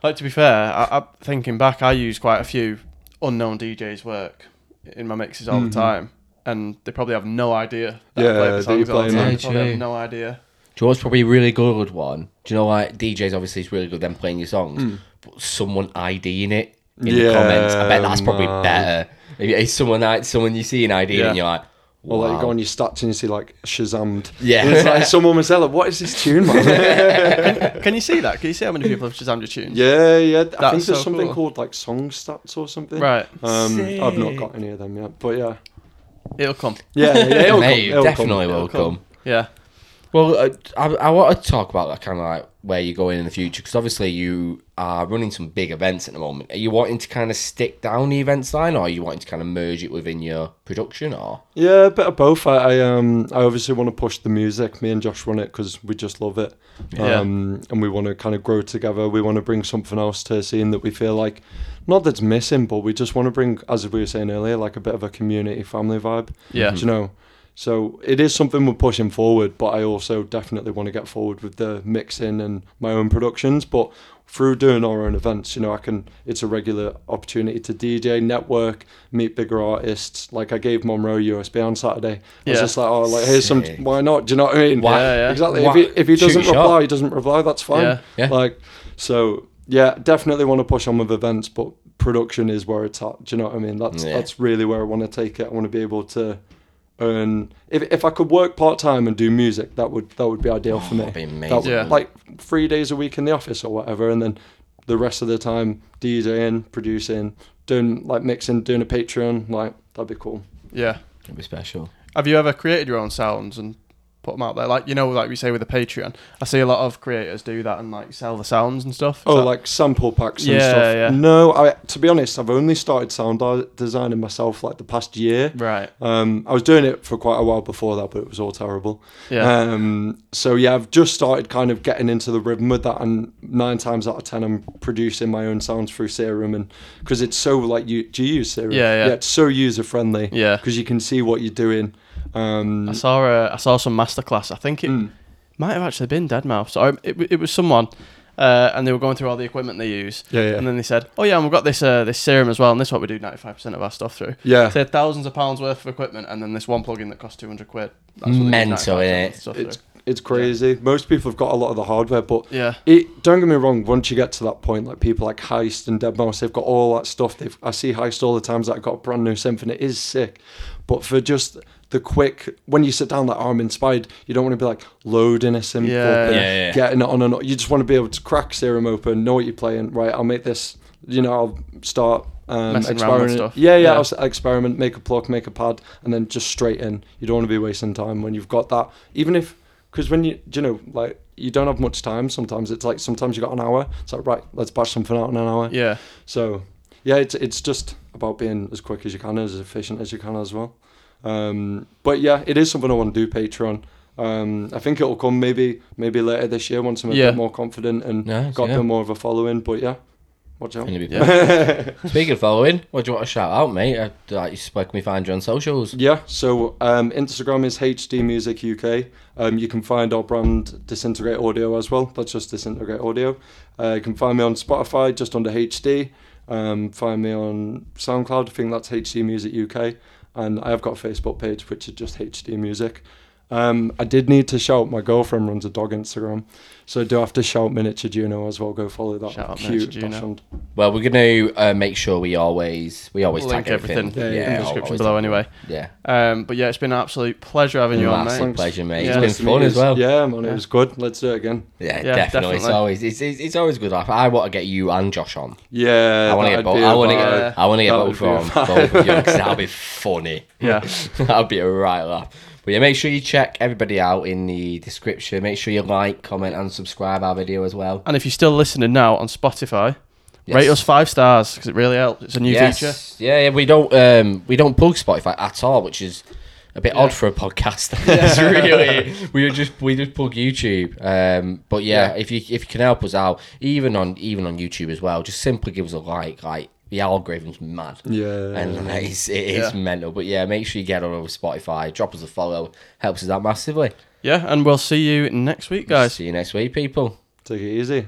Speaker 1: Like to be fair, I, I, thinking back, I use quite a few unknown DJs' work in my mixes all the time, and they probably have no idea. I
Speaker 3: Mm-hmm. Yeah,
Speaker 1: play the
Speaker 3: that
Speaker 1: songs
Speaker 3: you
Speaker 1: all the
Speaker 3: play
Speaker 1: time.
Speaker 2: them.
Speaker 1: They probably
Speaker 2: True.
Speaker 1: have no idea.
Speaker 2: Do you know what's probably a really good one? Do you know like DJs obviously is really good them playing your songs, but someone IDing it in the
Speaker 3: Hmm. Yeah,
Speaker 2: comments. I bet that's probably
Speaker 3: man.
Speaker 2: better. If it's someone like someone you see an ID
Speaker 1: Yeah.
Speaker 2: and you're like, wow.
Speaker 3: Or like you go on your stats and you see like Shazammed.
Speaker 2: Yeah.
Speaker 3: And it's like someone was there, like, what is this tune, man?
Speaker 1: Can you see that? Can you see how many people have Shazam your tunes?
Speaker 3: yeah, yeah. I think there's
Speaker 1: That's so
Speaker 3: something
Speaker 1: cool.
Speaker 3: called like song stats or something.
Speaker 1: Right.
Speaker 3: Um, I've not got any of them yet, but yeah,
Speaker 1: It'll come.
Speaker 3: yeah, yeah. it'll come,
Speaker 2: Mate,
Speaker 3: it'll come.
Speaker 2: definitely will
Speaker 1: It'll
Speaker 2: come.
Speaker 1: Yeah.
Speaker 2: Well, uh, I, I want to talk about that kind of like where you're going in the future because obviously you are running some big events at the moment. Are you wanting to kind of stick down the events line, or are you wanting to kind of merge it within your production? Or
Speaker 3: Yeah, a bit of both. I, I um I obviously want to push the music. Me and Josh run it because we just love it.
Speaker 1: Yeah.
Speaker 3: Um, and we want to kind of grow together. We want to bring something else to a scene that we feel like, not that's missing, but we just want to bring, as we were saying earlier, like a bit of a community family vibe.
Speaker 1: Yeah.
Speaker 3: Do you know, So it is something we're pushing forward, but I also definitely want to get forward with the mixing and my own productions. But through doing our own events, you know, I can. It's a regular opportunity to DJ, network, meet bigger artists. Like I gave Monroe USB on Saturday. I was
Speaker 1: Yeah.
Speaker 3: just like, oh, like here's some.
Speaker 2: Sick.
Speaker 3: Why not? Do you know what I mean?
Speaker 2: Why-
Speaker 1: Yeah, yeah.
Speaker 3: Exactly.
Speaker 2: why-
Speaker 3: If he, if he
Speaker 2: shoot
Speaker 3: doesn't
Speaker 2: your shot.
Speaker 3: reply, he doesn't reply. That's fine.
Speaker 1: Yeah.
Speaker 2: Yeah.
Speaker 3: Like so. Yeah, definitely want to push on with events, but production is where it's at. Do you know what I mean? That's
Speaker 2: Yeah.
Speaker 3: that's really where I want to take it. I want to be able to earn. If, if I could work part time and do music, that would that would be ideal for me.
Speaker 2: Oh, that'd be
Speaker 3: That
Speaker 2: amazing.
Speaker 3: would-
Speaker 1: Yeah.
Speaker 3: Like three days a week in the office or whatever, and then the rest of the time DJing, producing, doing like mixing, doing a Patreon. Like that'd be cool.
Speaker 1: Yeah.
Speaker 2: It'd be special.
Speaker 1: Have you ever created your own sounds and put them out there? Like you know, like we say with the Patreon, I see a lot of creators do that and like sell the sounds and stuff. Is
Speaker 3: Oh,
Speaker 1: that-
Speaker 3: like sample packs and
Speaker 1: Yeah,
Speaker 3: stuff.
Speaker 1: yeah.
Speaker 3: No, I to be honest, I've only started sound di- designing myself like the past year.
Speaker 1: right?
Speaker 3: Um, I was doing it for quite a while before that, but it was all terrible.
Speaker 1: Yeah,
Speaker 3: Um, so yeah, I've just started kind of getting into the rhythm with that, and nine times out of ten, I'm producing my own sounds through Serum, and because it's so like you, do you use Serum?
Speaker 1: Yeah, yeah.
Speaker 3: it's so user friendly.
Speaker 1: Yeah.
Speaker 3: because you can see what you're doing. Um, hmm.
Speaker 1: I saw a, I saw some masterclass. I think it might have actually been Deadmau5. So I, it, w- it was someone, uh, and they were going through all the equipment they use.
Speaker 3: Yeah, yeah.
Speaker 1: And then they said, "Oh yeah, and we've got this uh, this serum as well, and this is what we do ninety five percent of our stuff through."
Speaker 3: Yeah.
Speaker 1: So they had thousands of pounds worth of equipment, and then this one plugin that costs two hundred quid. That's what they do 95%
Speaker 2: Mental, innit?
Speaker 1: of the stuff
Speaker 3: it's
Speaker 1: through.
Speaker 3: it's crazy. Most people have got a lot of the hardware, but
Speaker 1: Yeah.
Speaker 3: It, don't get me wrong. Once you get to that point, like people like Heist and Dead Mouse, they've got all that stuff. They've I see Heist all the times that I got a brand new synth, and it is sick. But for just the quick, when you sit down, like oh, I'm inspired. You don't want to be like loading a synth
Speaker 1: Yeah.
Speaker 3: up and
Speaker 2: Yeah, yeah, yeah.
Speaker 3: getting it on and on. You just want to be able to crack Serum open, know what you're playing. Right, I'll make this. You know, I'll start
Speaker 1: Messing around
Speaker 3: um,
Speaker 1: with
Speaker 3: experimenting.
Speaker 1: stuff.
Speaker 3: Yeah, yeah,
Speaker 1: Yeah.
Speaker 3: I'll s- experiment, make a plug, make a pad, and then just straight in. You don't want to be wasting time when you've got that. Even if, because when you, do you know, like you don't have much time. Sometimes it's like sometimes you got an hour. It's like right, let's bash something out in an hour.
Speaker 1: Yeah.
Speaker 3: So yeah, it's it's just about being as quick as you can, and as efficient as you can as well. Um, but yeah, it is something I want to do. Patreon. Um, I think it'll come maybe maybe later this year once I'm a
Speaker 1: Yeah.
Speaker 3: bit more confident and
Speaker 2: Nice,
Speaker 3: got
Speaker 2: yeah.
Speaker 3: a bit more of a following. But yeah, watch out.
Speaker 2: Gonna be
Speaker 1: Yeah.
Speaker 2: Speaking of following, what do you want to shout out, mate? Uh, Like, you- where can we find you on socials?
Speaker 3: Yeah, so um, Instagram is HD Music UK. Um, you can find our brand Disintegrate Audio as well. That's just Disintegrate Audio. Uh, you can find me on Spotify just under HD. Um, find me on SoundCloud. I think that's HD Music UK. And I have got a Facebook page which is just HD Music. Um, I did need to shout. My girlfriend runs a dog Instagram, so I do have to shout Miniature Juno as well. Go follow that
Speaker 1: Shout out
Speaker 3: cute
Speaker 1: Miniature Juno.
Speaker 3: dachshund.
Speaker 2: Well, we're gonna uh, make sure we always we always
Speaker 1: Link
Speaker 2: tag everything.
Speaker 1: everything
Speaker 3: Yeah,
Speaker 1: in the
Speaker 3: I'll
Speaker 1: description
Speaker 2: always
Speaker 1: below,
Speaker 2: tag-
Speaker 1: anyway.
Speaker 2: Yeah,
Speaker 1: Um, but yeah, it's been an absolute pleasure having you on,
Speaker 2: Massive
Speaker 1: mate.
Speaker 3: Thanks.
Speaker 2: pleasure, mate.
Speaker 1: Yeah.
Speaker 2: It's
Speaker 3: Nice to
Speaker 2: been
Speaker 3: meet
Speaker 2: fun
Speaker 3: you.
Speaker 2: as well.
Speaker 3: Yeah, man, it was good. Let's do it again.
Speaker 2: Yeah,
Speaker 1: Yeah,
Speaker 2: definitely. It's
Speaker 1: definitely.
Speaker 2: always it's, it's, it's always good laugh. I want to get you and Josh on.
Speaker 3: Yeah,
Speaker 2: I want to
Speaker 3: that'd
Speaker 2: get both.
Speaker 3: be a
Speaker 2: I want to
Speaker 3: vibe.
Speaker 2: get I want to get
Speaker 3: That
Speaker 2: both on
Speaker 3: would be a
Speaker 2: both of you because that'll be funny.
Speaker 1: Yeah.
Speaker 2: that'll be a right laugh. But yeah, make sure you check everybody out in the description. Make sure you like, comment, and subscribe our video as well.
Speaker 1: And if you're still listening now on Spotify,
Speaker 2: Yes.
Speaker 1: rate us five stars because it really helps. It's a new feature.
Speaker 2: yes. Yeah, yeah. We don't um we don't plug Spotify at all, which is a bit odd for a podcast. it's really we just we just plug YouTube. Um but yeah, if you if you can help us out, even on even on YouTube as well, just simply give us a like, like the algorithm's mad.
Speaker 3: Yeah.
Speaker 2: And like, it's, it is
Speaker 1: Um, Yeah.
Speaker 2: mental. But yeah, make sure you get on over Spotify, drop us a follow, helps us out massively.
Speaker 1: Yeah, and we'll see you next week, guys.
Speaker 2: See you next week, people.
Speaker 3: Take it easy.